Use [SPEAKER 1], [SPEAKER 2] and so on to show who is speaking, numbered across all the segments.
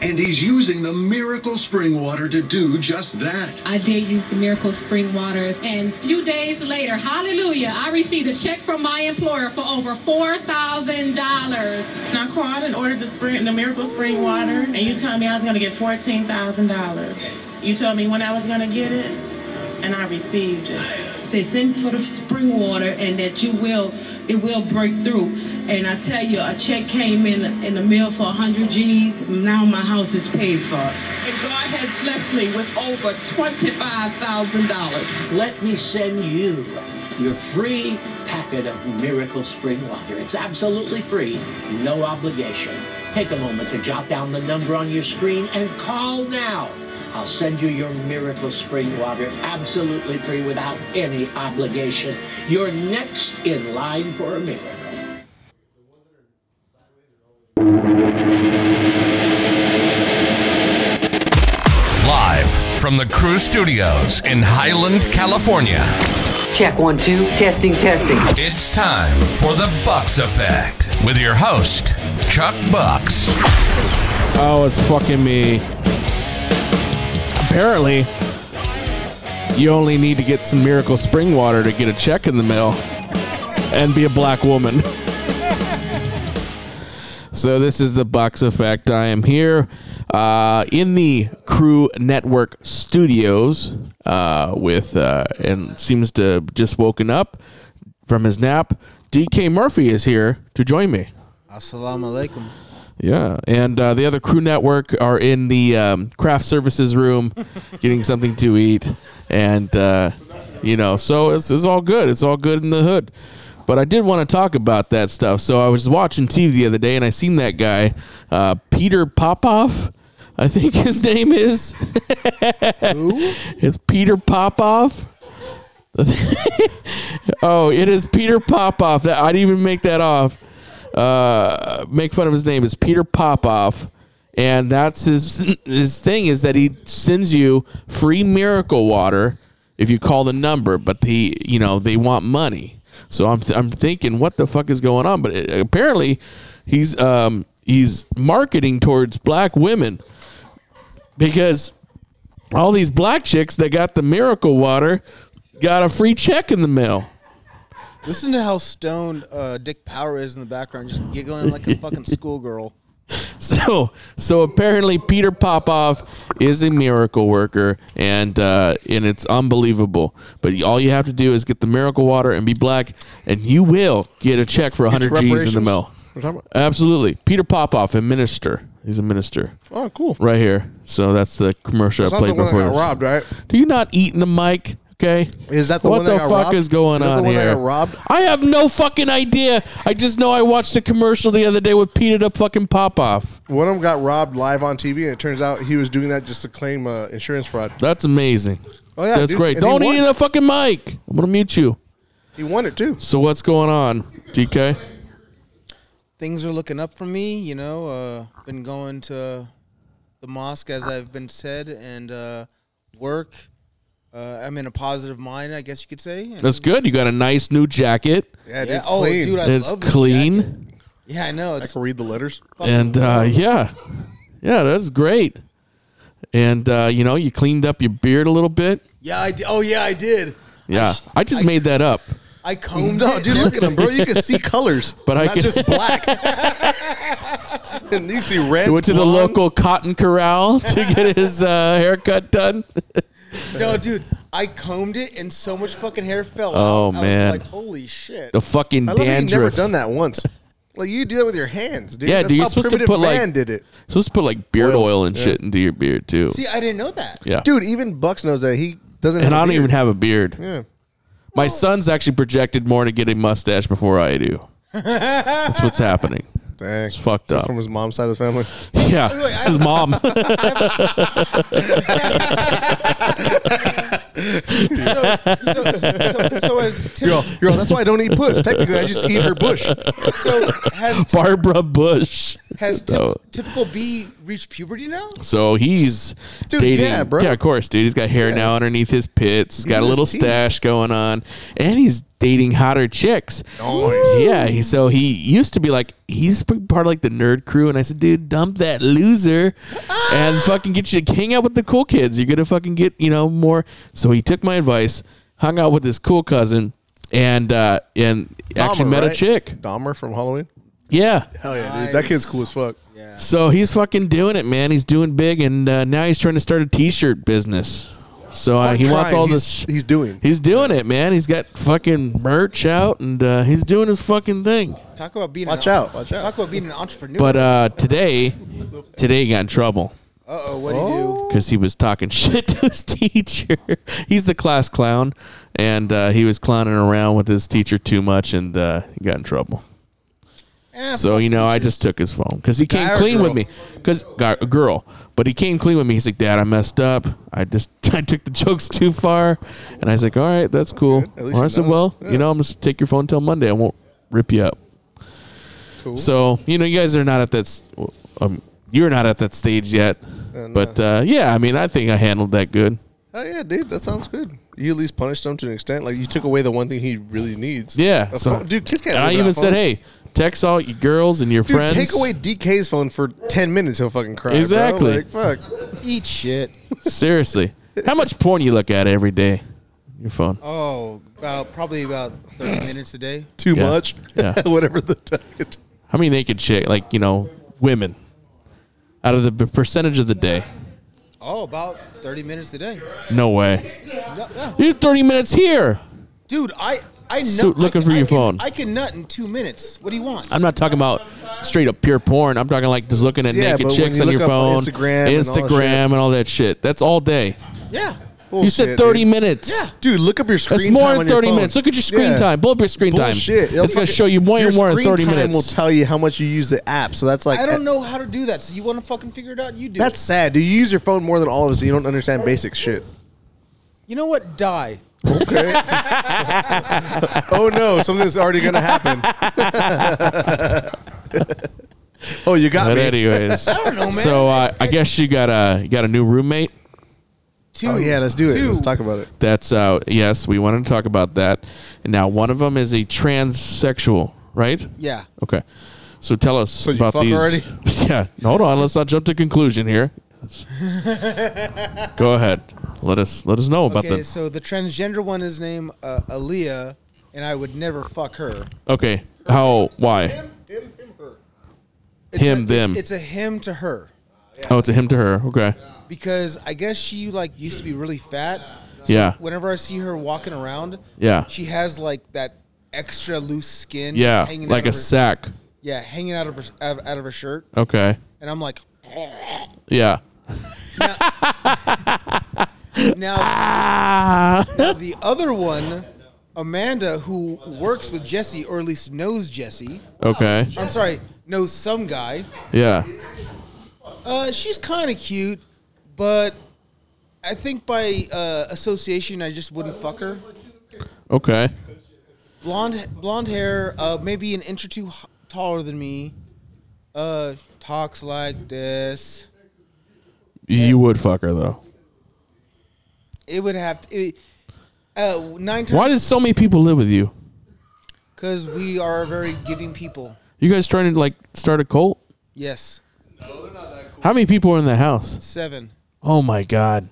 [SPEAKER 1] And he's using the miracle spring water to do just that.
[SPEAKER 2] I did use the miracle spring water, and few days later, hallelujah, I received a check from my employer for over four thousand dollars.
[SPEAKER 3] And I called and ordered the spring, the miracle spring water, and you told me I was going to get fourteen thousand dollars. You told me when I was going to get it, and I received it.
[SPEAKER 4] Say send for the spring water and that you will it will break through. And I tell you, a check came in in the mail for 100 G's. Now my house is paid for.
[SPEAKER 5] And God has blessed me with over $25,000.
[SPEAKER 6] Let me send you your free packet of Miracle Spring Water. It's absolutely free, no obligation. Take a moment to jot down the number on your screen and call now. I'll send you your miracle spring water absolutely free without any obligation. You're next in line for a miracle.
[SPEAKER 7] Live from the Crew Studios in Highland, California.
[SPEAKER 8] Check one, two. Testing, testing.
[SPEAKER 7] It's time for the Bucks Effect with your host, Chuck Bucks.
[SPEAKER 9] Oh, it's fucking me. Apparently, you only need to get some miracle spring water to get a check in the mail and be a black woman. So this is the Bucks Effect. I am here uh, in the Crew Network studios uh, with uh, and seems to just woken up from his nap. DK Murphy is here to join me.
[SPEAKER 10] Assalamu alaikum.
[SPEAKER 9] Yeah, and uh, the other crew network are in the um, craft services room, getting something to eat, and uh, you know, so it's, it's all good. It's all good in the hood. But I did want to talk about that stuff. So I was watching TV the other day, and I seen that guy, uh, Peter Popoff. I think his name is. It's Peter Popoff. oh, it is Peter Popoff. That I didn't even make that off. Uh, make fun of his name. It's Peter Popoff, and that's his his thing is that he sends you free miracle water if you call the number, but the you know they want money. So I'm I'm thinking what the fuck is going on? But it, apparently, he's um he's marketing towards black women because all these black chicks that got the miracle water got a free check in the mail.
[SPEAKER 10] Listen to how stoned uh, Dick Power is in the background, just giggling like a fucking schoolgirl.
[SPEAKER 9] So, so apparently Peter Popoff is a miracle worker, and uh, and it's unbelievable. But all you have to do is get the miracle water and be black, and you will get a check for 100 G's in the
[SPEAKER 10] reparations?
[SPEAKER 9] mail.
[SPEAKER 10] We're talking about-
[SPEAKER 9] Absolutely, Peter Popoff, a minister. He's a minister
[SPEAKER 11] Oh, cool.
[SPEAKER 9] right here. So that's the commercial
[SPEAKER 11] That's
[SPEAKER 9] I
[SPEAKER 11] not the
[SPEAKER 9] played
[SPEAKER 11] one that
[SPEAKER 9] before.
[SPEAKER 11] got
[SPEAKER 9] this.
[SPEAKER 11] robbed, right?
[SPEAKER 9] Do you not eat in the mic? Okay.
[SPEAKER 11] Is that the
[SPEAKER 9] what
[SPEAKER 11] one
[SPEAKER 9] the
[SPEAKER 11] that got
[SPEAKER 9] fuck
[SPEAKER 11] robbed?
[SPEAKER 9] is
[SPEAKER 11] Is
[SPEAKER 9] going
[SPEAKER 11] that
[SPEAKER 9] on
[SPEAKER 11] the one
[SPEAKER 9] here?
[SPEAKER 11] that got robbed?
[SPEAKER 9] I have no fucking idea. I just know I watched a commercial the other day with Peter the fucking pop off.
[SPEAKER 11] One of them got robbed live on TV, and it turns out he was doing that just to claim uh, insurance fraud.
[SPEAKER 9] That's amazing.
[SPEAKER 11] Oh, yeah,
[SPEAKER 9] that's
[SPEAKER 11] dude.
[SPEAKER 9] great.
[SPEAKER 11] And he
[SPEAKER 9] Don't
[SPEAKER 11] won.
[SPEAKER 9] eat in the fucking mic. I'm gonna mute you.
[SPEAKER 11] He won it too.
[SPEAKER 9] So what's going on, DK?
[SPEAKER 10] Things are looking up for me, you know. Uh, been going to the mosque, as I've been said, and uh, work. Uh, I'm in a positive mind, I guess you could say. And-
[SPEAKER 9] That's good. You got a nice new jacket.
[SPEAKER 10] yeah.
[SPEAKER 11] Yeah, dude,
[SPEAKER 10] Oh,
[SPEAKER 11] clean.
[SPEAKER 10] dude, I
[SPEAKER 9] it's
[SPEAKER 10] love this jacket.
[SPEAKER 9] clean,
[SPEAKER 10] Yeah, I know.
[SPEAKER 11] I
[SPEAKER 10] It's
[SPEAKER 11] can read the letters.
[SPEAKER 9] and uh, yeah, yeah, that's great. And uh, you know, you cleaned up your beard a little bit.
[SPEAKER 10] yeah. I di- oh yeah, I did.
[SPEAKER 9] Yeah, I just made that up.
[SPEAKER 10] I combed
[SPEAKER 11] No,
[SPEAKER 10] it.
[SPEAKER 11] dude, look at him, bro. You can see colors,
[SPEAKER 9] But I
[SPEAKER 11] not
[SPEAKER 9] can-
[SPEAKER 11] just black. and you see red.
[SPEAKER 9] went to the local cotton corral to get his uh, haircut done.
[SPEAKER 10] No, dude, I combed it, and so much fucking hair fell.
[SPEAKER 9] Oh,
[SPEAKER 10] out. I
[SPEAKER 9] man.
[SPEAKER 10] was like holy shit.
[SPEAKER 9] The fucking
[SPEAKER 11] I love how you never
[SPEAKER 9] dandruff.
[SPEAKER 11] done that once. Like you do that with your hands, dude.
[SPEAKER 9] Yeah,
[SPEAKER 11] That's
[SPEAKER 9] dude, you're
[SPEAKER 11] how
[SPEAKER 9] supposed to
[SPEAKER 11] primitive
[SPEAKER 9] put, like-
[SPEAKER 11] man did it.
[SPEAKER 9] Supposed to put like beard
[SPEAKER 11] Oils,
[SPEAKER 9] oil and
[SPEAKER 11] yeah.
[SPEAKER 9] shit into your beard too.
[SPEAKER 10] See, I didn't know that.
[SPEAKER 9] yeah,
[SPEAKER 11] Dude, even Bucks knows that he doesn't. have
[SPEAKER 9] and I
[SPEAKER 11] a
[SPEAKER 9] don't even
[SPEAKER 11] beard.
[SPEAKER 9] have a beard.
[SPEAKER 11] Yeah. Oh.
[SPEAKER 9] My son's actually projected more to get a mustache before I do. That's what's happening.
[SPEAKER 11] Dang.
[SPEAKER 9] It's fucked
[SPEAKER 11] Except
[SPEAKER 9] up.
[SPEAKER 11] From his mom's side of the family.
[SPEAKER 9] Yeah, this is mom.
[SPEAKER 11] So, so, so, so as Tim,
[SPEAKER 7] You're all, you're all, that's why I don't eat puss. Technically, I just eat her bush.
[SPEAKER 11] So has
[SPEAKER 9] Barbara Bush.
[SPEAKER 11] has typ-
[SPEAKER 9] so,
[SPEAKER 11] typical B reached puberty now?
[SPEAKER 9] so he's
[SPEAKER 11] Dude,
[SPEAKER 9] dating.
[SPEAKER 11] yeah, bro.
[SPEAKER 9] of course, dude. He's got hair now underneath his pits. He's
[SPEAKER 11] He's
[SPEAKER 9] got
[SPEAKER 11] in
[SPEAKER 9] a
[SPEAKER 11] his
[SPEAKER 9] little
[SPEAKER 11] teens.
[SPEAKER 9] stash going on, and he's dating hotter chicks.
[SPEAKER 7] Nice.
[SPEAKER 9] Yeah. He, so he used to be like he's part of like the nerd crew, and I said, dude, dump that loser, and fucking get you to hang out with the cool kids. You're gonna fucking get you know more. So he took my advice, hung out with his cool cousin, and uh and actually
[SPEAKER 7] Dahmer,
[SPEAKER 9] met a
[SPEAKER 7] right?
[SPEAKER 9] chick.
[SPEAKER 7] Dahmer from Halloween.
[SPEAKER 9] Yeah.
[SPEAKER 7] Hell yeah, dude. That kid's cool as fuck.
[SPEAKER 9] So he's fucking doing it, man. He's doing big, and uh, now he's trying to start a T-shirt business. So uh,
[SPEAKER 7] Fuck
[SPEAKER 9] he wants
[SPEAKER 7] trying.
[SPEAKER 9] all
[SPEAKER 7] He's-
[SPEAKER 9] this.
[SPEAKER 7] He's doing.
[SPEAKER 9] He's doing it, man. He's got fucking merch out, and uh, he's doing his fucking thing.
[SPEAKER 11] Talk about being
[SPEAKER 7] Watch
[SPEAKER 11] an,
[SPEAKER 7] out, watch out.
[SPEAKER 11] Talk about being an entrepreneur.
[SPEAKER 9] But uh, today, today he got in trouble
[SPEAKER 11] uh oh, what do you do?
[SPEAKER 9] because he was talking shit to his teacher. he's the class clown, and uh, he was clowning around with his teacher too much, and uh, he got in trouble.
[SPEAKER 11] Eh,
[SPEAKER 9] So you know, I just took his phone because he came
[SPEAKER 7] Guy or
[SPEAKER 9] clean with
[SPEAKER 7] girl?
[SPEAKER 9] me. Because girl, but he came clean with me. He's like, "Dad, I messed up. I just I took the jokes too far." And I was like, "All right, that's, cool."
[SPEAKER 7] At least
[SPEAKER 9] Or I
[SPEAKER 7] he
[SPEAKER 9] said,
[SPEAKER 7] knows.
[SPEAKER 9] "Well,
[SPEAKER 7] Yeah.
[SPEAKER 9] you know, I'm just take your phone till Monday. I won't rip you up."
[SPEAKER 7] Cool.
[SPEAKER 9] So you know, you guys are not at that. s- Um, you're not at that stage yet.
[SPEAKER 7] Uh, no.
[SPEAKER 9] But uh, yeah, I mean, I think I handled that good.
[SPEAKER 7] Hell yeah, dude. That sounds good. You at least punished him to an extent. Like you took away the one thing he really needs.
[SPEAKER 9] Yeah.
[SPEAKER 7] A
[SPEAKER 9] So,
[SPEAKER 7] phone- dude, kids can't.
[SPEAKER 9] and I
[SPEAKER 7] live
[SPEAKER 9] even
[SPEAKER 7] without
[SPEAKER 9] said,
[SPEAKER 7] phones.
[SPEAKER 9] "Hey, text all your girls and your
[SPEAKER 7] Dude,
[SPEAKER 9] friends."
[SPEAKER 7] take away DK's phone for ten minutes, he'll fucking cry. bro.
[SPEAKER 9] Exactly.
[SPEAKER 7] Like, fuck.
[SPEAKER 11] Eat shit.
[SPEAKER 9] Seriously, how much porn you look at every day? Your phone.
[SPEAKER 7] Uh,
[SPEAKER 11] Oh, about probably about thirty minutes a day.
[SPEAKER 7] Too
[SPEAKER 9] Yeah.
[SPEAKER 7] much.
[SPEAKER 9] Yeah.
[SPEAKER 7] Whatever the target.
[SPEAKER 9] How many naked chick, like you know, women, out of the b- percentage of the day?
[SPEAKER 11] Oh, about thirty minutes a day.
[SPEAKER 9] No way.
[SPEAKER 11] No, no.
[SPEAKER 9] You're 30 minutes here.
[SPEAKER 11] Dude, I I know.
[SPEAKER 9] So, looking
[SPEAKER 11] I,
[SPEAKER 9] for
[SPEAKER 11] I
[SPEAKER 9] your
[SPEAKER 11] can-
[SPEAKER 9] phone.
[SPEAKER 11] I can nut in two minutes. What do you want?
[SPEAKER 9] I'm not talking about straight up pure porn. I'm talking like just looking at
[SPEAKER 7] Yeah,
[SPEAKER 9] naked
[SPEAKER 7] but when
[SPEAKER 9] chicks
[SPEAKER 7] you
[SPEAKER 9] on
[SPEAKER 7] look
[SPEAKER 9] your
[SPEAKER 7] up
[SPEAKER 9] phone,
[SPEAKER 7] on Instagram and all that
[SPEAKER 9] Instagram, and all that shit. That's all day.
[SPEAKER 11] yeah.
[SPEAKER 9] you said
[SPEAKER 7] Bullshit,
[SPEAKER 9] 30
[SPEAKER 7] dude.
[SPEAKER 9] minutes.
[SPEAKER 11] Yeah.
[SPEAKER 7] Dude, look up your screen
[SPEAKER 9] That's more
[SPEAKER 7] time
[SPEAKER 9] than
[SPEAKER 7] on your
[SPEAKER 9] 30
[SPEAKER 7] phone.
[SPEAKER 9] minutes. Look at your screen
[SPEAKER 7] Yeah.
[SPEAKER 9] time. Pull up your screen
[SPEAKER 7] Bullshit.
[SPEAKER 9] time. It's going to show you more
[SPEAKER 7] your
[SPEAKER 9] and more in
[SPEAKER 7] screen
[SPEAKER 9] 30
[SPEAKER 7] time
[SPEAKER 9] minutes.
[SPEAKER 7] will tell you how much you use the app. So that's like
[SPEAKER 11] I don't know how to do that. So you want to fucking figure it out? You do.
[SPEAKER 7] That's sad. Do you use your phone more than all of us? and You don't understand basic shit.
[SPEAKER 11] You know what? Die.
[SPEAKER 7] Okay. oh no, something's already gonna happen. oh, you got
[SPEAKER 9] but
[SPEAKER 7] me. Oh,
[SPEAKER 9] anyways, I don't
[SPEAKER 11] know, man.
[SPEAKER 9] so uh, I guess you got a you got a new roommate.
[SPEAKER 11] Two.
[SPEAKER 7] Oh yeah, let's do it.
[SPEAKER 11] Two.
[SPEAKER 7] Let's talk about it.
[SPEAKER 9] That's uh yes, we wanted to talk about that. And now one of them is a transsexual, right?
[SPEAKER 11] Yeah.
[SPEAKER 9] Okay. So tell us
[SPEAKER 7] you
[SPEAKER 9] about
[SPEAKER 7] fuck
[SPEAKER 9] these.
[SPEAKER 7] already?
[SPEAKER 9] Yeah. Hold on. Let's not jump to conclusion here. Go ahead. Let us let us know about
[SPEAKER 11] Okay,
[SPEAKER 9] this.
[SPEAKER 11] so the transgender one is named uh, Aaliyah, and I would never fuck her.
[SPEAKER 9] Okay. How? Why?
[SPEAKER 7] Him, him, her.
[SPEAKER 11] It's
[SPEAKER 9] Him,
[SPEAKER 11] a,
[SPEAKER 9] them.
[SPEAKER 11] It's, it's a him to her
[SPEAKER 9] Oh, it's a him to her. Okay.
[SPEAKER 11] because I guess she like used to be really fat. So
[SPEAKER 9] Yeah.
[SPEAKER 11] Whenever I see her walking around,
[SPEAKER 9] Yeah.
[SPEAKER 11] she has like that extra loose skin. just
[SPEAKER 9] Yeah.
[SPEAKER 11] hanging
[SPEAKER 9] Like
[SPEAKER 11] out
[SPEAKER 9] a
[SPEAKER 11] of her,
[SPEAKER 9] sack.
[SPEAKER 11] Yeah, hanging out of her out out of her shirt,
[SPEAKER 9] Okay.
[SPEAKER 11] and I'm like,
[SPEAKER 9] Yeah.
[SPEAKER 11] now
[SPEAKER 9] Ah.
[SPEAKER 11] the other one, Amanda, who works with Jesse or at least knows Jesse.
[SPEAKER 9] Okay.
[SPEAKER 11] I'm sorry, knows some guy.
[SPEAKER 9] Yeah.
[SPEAKER 11] Uh, she's kind of cute, but I think by uh, association, I just wouldn't fuck her.
[SPEAKER 9] Okay.
[SPEAKER 11] Blonde, blonde hair, uh, maybe an inch or two h- taller than me. Uh, talks like this.
[SPEAKER 9] You would fuck her though.
[SPEAKER 11] It would have to. It, uh, nine
[SPEAKER 9] Why
[SPEAKER 11] times
[SPEAKER 9] did so many people live with you?
[SPEAKER 11] because we are very giving people.
[SPEAKER 9] You guys trying to like start a cult?
[SPEAKER 11] Yes,
[SPEAKER 9] How many people are in the house?
[SPEAKER 11] seven.
[SPEAKER 9] Oh my god.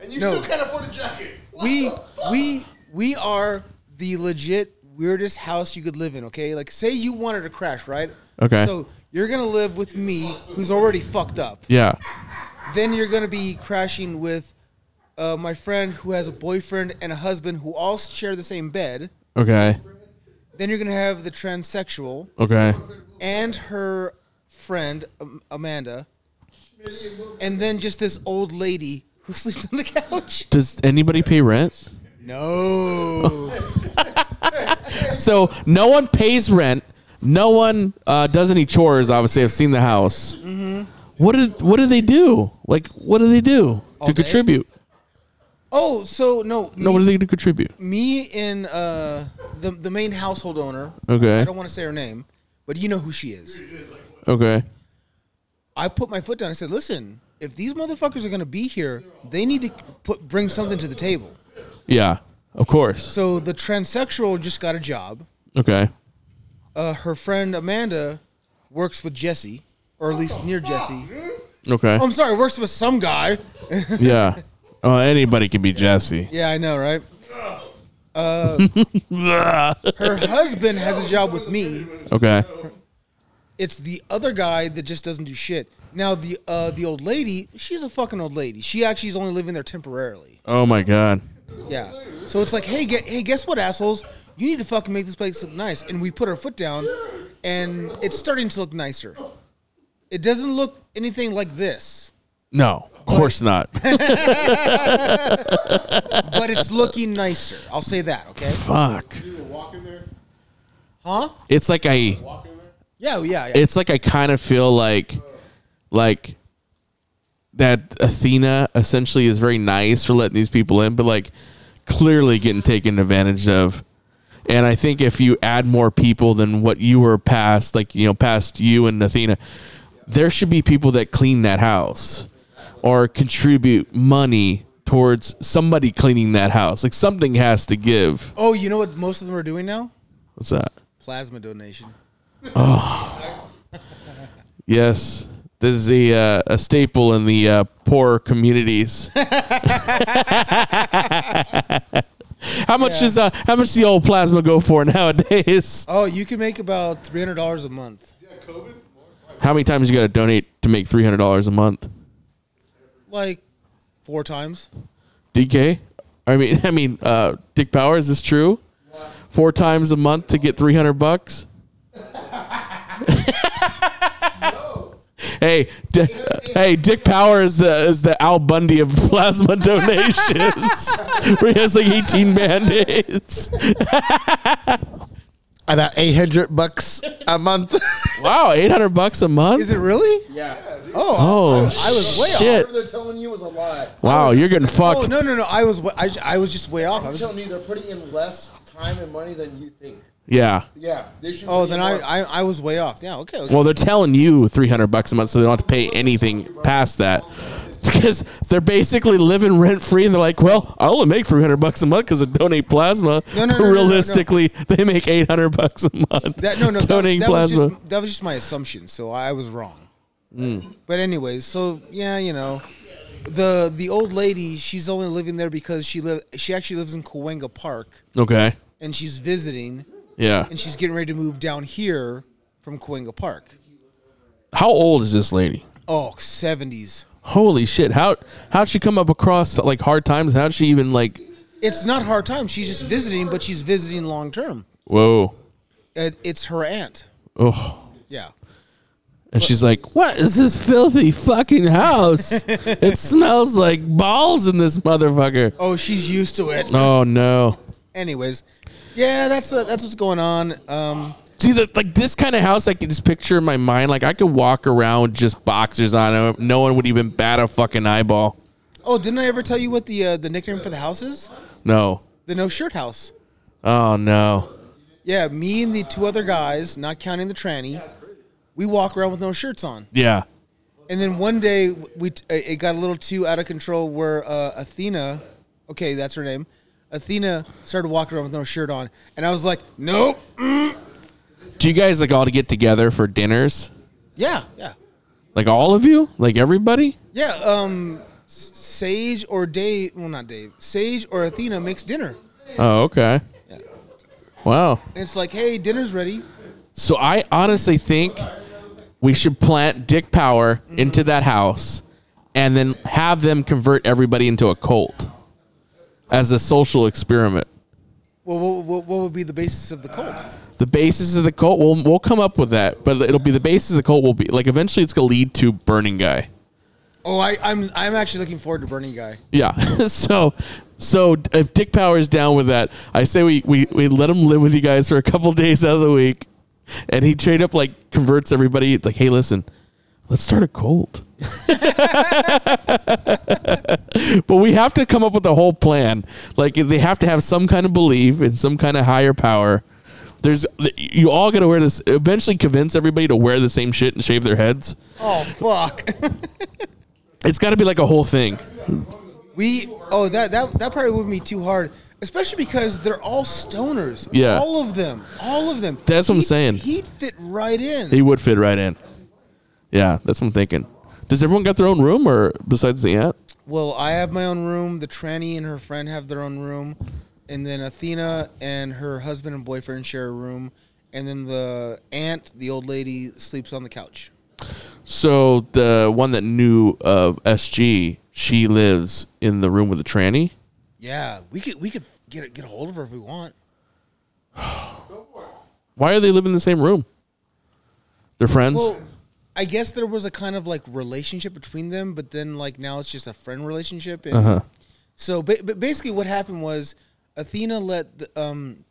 [SPEAKER 7] And you
[SPEAKER 11] No. still
[SPEAKER 7] can't afford a jacket.
[SPEAKER 11] We we we are the legit weirdest house you could live in. Okay, like say you wanted to crash, right?
[SPEAKER 9] Okay.
[SPEAKER 11] So you're gonna live with me, who's already fucked up.
[SPEAKER 9] Yeah.
[SPEAKER 11] Then you're gonna be crashing with uh, my friend who has a boyfriend and a husband who all share the same bed.
[SPEAKER 9] Okay.
[SPEAKER 11] Then you're gonna have the transsexual
[SPEAKER 9] Okay.
[SPEAKER 11] and her friend um, Amanda, and then just this old lady who sleeps on the couch.
[SPEAKER 9] Does anybody pay rent?
[SPEAKER 11] No.
[SPEAKER 9] So no one pays rent. No one uh, does any chores. Obviously, I've seen the house.
[SPEAKER 11] Mm-hmm.
[SPEAKER 9] What did What do they do? Like, what do they do
[SPEAKER 11] All
[SPEAKER 9] to
[SPEAKER 11] day?
[SPEAKER 9] contribute?
[SPEAKER 11] Oh, so no.
[SPEAKER 9] No, what is he going to contribute?
[SPEAKER 11] Me and uh, the the main household owner.
[SPEAKER 9] Okay.
[SPEAKER 11] I don't want to say her name, but you know who she is.
[SPEAKER 9] Okay.
[SPEAKER 11] I put my foot down. I said, "Listen, if these motherfuckers are going to be here, they need to put bring something to the table."
[SPEAKER 9] Yeah, of course.
[SPEAKER 11] So the transsexual just got a job.
[SPEAKER 9] Okay.
[SPEAKER 11] Uh, her friend Amanda works with Jesse, or at least near Jesse.
[SPEAKER 9] Okay.
[SPEAKER 11] Oh, I'm sorry, works with some guy.
[SPEAKER 9] yeah. Oh, anybody can be Jesse.
[SPEAKER 11] Yeah, I know, right? Uh, her husband has a job with me.
[SPEAKER 9] Okay.
[SPEAKER 11] It's the other guy that just doesn't do shit. Now the uh, the old lady, she's a fucking old lady. She actually is only living there temporarily.
[SPEAKER 9] Oh my God.
[SPEAKER 11] Yeah. So it's like, hey, get, hey, guess what, assholes? You need to fucking make this place look nice. And we put our foot down, and it's starting to look nicer. It doesn't look anything like this,
[SPEAKER 9] No, of course not.
[SPEAKER 11] but it's looking nicer. I'll say that. Okay.
[SPEAKER 9] Fuck.
[SPEAKER 11] Huh?
[SPEAKER 9] It's like I.
[SPEAKER 11] Yeah, yeah, yeah.
[SPEAKER 9] It's like I kind of feel like, like, that Athena essentially is very nice for letting these people in, but like, clearly getting taken advantage of. And I think if you add more people than what you were past, like you know, past you and Athena, there should be people that clean that house or contribute money towards somebody cleaning that house. Like something has to give.
[SPEAKER 11] Oh, you know what? Most of them are doing now
[SPEAKER 9] What's that?
[SPEAKER 11] plasma donation.
[SPEAKER 9] Oh. Yes, this is a, uh, a staple in the uh, poor communities. how much does uh, how much does the old plasma go for nowadays?
[SPEAKER 11] Oh, you can make about three hundred dollars a month.
[SPEAKER 9] How many times you got to donate to make three hundred dollars a month?
[SPEAKER 11] Like four times.
[SPEAKER 9] DK, I mean, I mean, uh, Dick Power, is this true? Four times a month to get three hundred bucks. Hey, D- hey, Dick Power is the is the Al Bundy of plasma donations. Where he has like eighteen band-aids.
[SPEAKER 12] About 800 bucks a month.
[SPEAKER 9] wow, 800 bucks a month?
[SPEAKER 11] Is it really?
[SPEAKER 12] Yeah.
[SPEAKER 9] Oh,
[SPEAKER 11] I was way
[SPEAKER 9] shit.
[SPEAKER 11] off.
[SPEAKER 12] They're telling you it was a lie.
[SPEAKER 9] Wow, you're getting
[SPEAKER 11] Oh
[SPEAKER 9] fucked.
[SPEAKER 11] no no no! I was wa- I, I was just way off. I
[SPEAKER 12] I'm
[SPEAKER 11] was,
[SPEAKER 12] telling you, they're putting in less time and money than you think.
[SPEAKER 9] Yeah.
[SPEAKER 12] Yeah. They should
[SPEAKER 11] oh
[SPEAKER 12] put in
[SPEAKER 11] then I,
[SPEAKER 12] more.
[SPEAKER 11] I I was way off. Yeah okay. okay.
[SPEAKER 9] Well, they're telling you 300 bucks a month, so they don't have to pay anything past that. Because they're basically living rent free, and they're like, "Well, I only make 300 bucks a month because I donate plasma."
[SPEAKER 11] No, no, no,
[SPEAKER 9] But
[SPEAKER 11] no, no, no.
[SPEAKER 9] realistically, they make 800 bucks a month
[SPEAKER 11] that no no that,
[SPEAKER 9] donating
[SPEAKER 11] that was
[SPEAKER 9] plasma.
[SPEAKER 11] just that was just my assumption. So I was wrong.
[SPEAKER 9] Mm.
[SPEAKER 11] But anyways, so yeah you know, the the old lady she's only living there because she live she actually lives in Cahuenga Park.
[SPEAKER 9] Okay.
[SPEAKER 11] And she's visiting.
[SPEAKER 9] Yeah.
[SPEAKER 11] And she's getting ready to move down here from Cahuenga Park.
[SPEAKER 9] How old is this lady?
[SPEAKER 11] Oh, 70s.
[SPEAKER 9] Holy shit! How how'd she come up across like hard times? How'd she even like?
[SPEAKER 11] It's not hard time. She's just visiting, but she's visiting long term.
[SPEAKER 9] Whoa!
[SPEAKER 11] It, it's her aunt.
[SPEAKER 9] Oh.
[SPEAKER 11] Yeah.
[SPEAKER 9] And she's like, "What is this filthy fucking house? it smells like balls in this motherfucker."
[SPEAKER 11] Oh, she's used to it.
[SPEAKER 9] Oh no!
[SPEAKER 11] Anyways, yeah, that's uh, that's what's going on. Um,
[SPEAKER 9] See that like this kind of house, I can just picture in my mind. Like I could walk around with just boxers on, and no one would even bat a fucking eyeball.
[SPEAKER 11] oh, didn't I ever tell you what the uh, the nickname for the house is?
[SPEAKER 9] No.
[SPEAKER 11] The no shirt house.
[SPEAKER 9] Oh no.
[SPEAKER 11] Yeah, me and the two other guys, not counting the tranny, we walk around with no shirts on.
[SPEAKER 9] Yeah.
[SPEAKER 11] And then one day we t- it got a little too out of control where uh, Athena, okay, that's her name. Athena started walking around with no shirt on, and I was like, "Nope,
[SPEAKER 9] Do you guys like all to get together for dinners?
[SPEAKER 11] yeah, yeah,
[SPEAKER 9] Like all of you? Like everybody?
[SPEAKER 11] yeah." Um, S- Sage or Dave, well, not Dave. Sage or Athena makes dinner.
[SPEAKER 9] Oh okay. Wow.
[SPEAKER 11] And it's like, hey, dinner's ready.
[SPEAKER 9] So I honestly think we should plant Dick Power into that house and then have them convert everybody into a cult as a social experiment.
[SPEAKER 11] Well, what, what, what would be the basis of the cult?
[SPEAKER 9] The basis of the cult, we'll, we'll come up with that, but it'll be the basis of the cult will be like eventually it's going to lead to Burning Guy.
[SPEAKER 11] Oh, I, I'm I'm actually looking forward to Burning Guy.
[SPEAKER 9] Yeah. so so if Dick Power is down with that, I say we, we, we let him live with you guys for a couple days out of the week. And he straight up like converts everybody. It's Like, hey, listen, Let's start a cult. but we have to come up with a whole plan. Like they have to have some kind of belief in some kind of higher power. There's you all got to wear this. Eventually, convince everybody to wear the same shit and shave their heads.
[SPEAKER 10] Oh fuck.
[SPEAKER 9] It's got to be like a whole thing.
[SPEAKER 10] We oh that that that probably wouldn't be too hard, especially because they're all stoners.
[SPEAKER 9] Yeah.
[SPEAKER 10] all of them, all of them.
[SPEAKER 9] That's what I'm
[SPEAKER 10] He'd-
[SPEAKER 9] saying.
[SPEAKER 10] He'd fit right in.
[SPEAKER 9] He would fit right in. Yeah, that's what I'm thinking. Does everyone got their own room, or besides the aunt?
[SPEAKER 10] Well, I have my own room. The tranny and her friend have their own room, and then Athena and her husband and boyfriend share a room, and then the aunt, the old lady, sleeps on the couch.
[SPEAKER 9] So the one that knew of SG, she lives in the room with the tranny.
[SPEAKER 10] Yeah, Uh, we could we could get a- get a hold of her if we want.
[SPEAKER 9] Why are they living in the same room? They're friends.
[SPEAKER 10] Well, I guess there was a kind of like relationship between them, but then like now it's just a friend relationship. And
[SPEAKER 9] Uh-huh.
[SPEAKER 10] so, ba- but basically, what happened was Athena let the, um,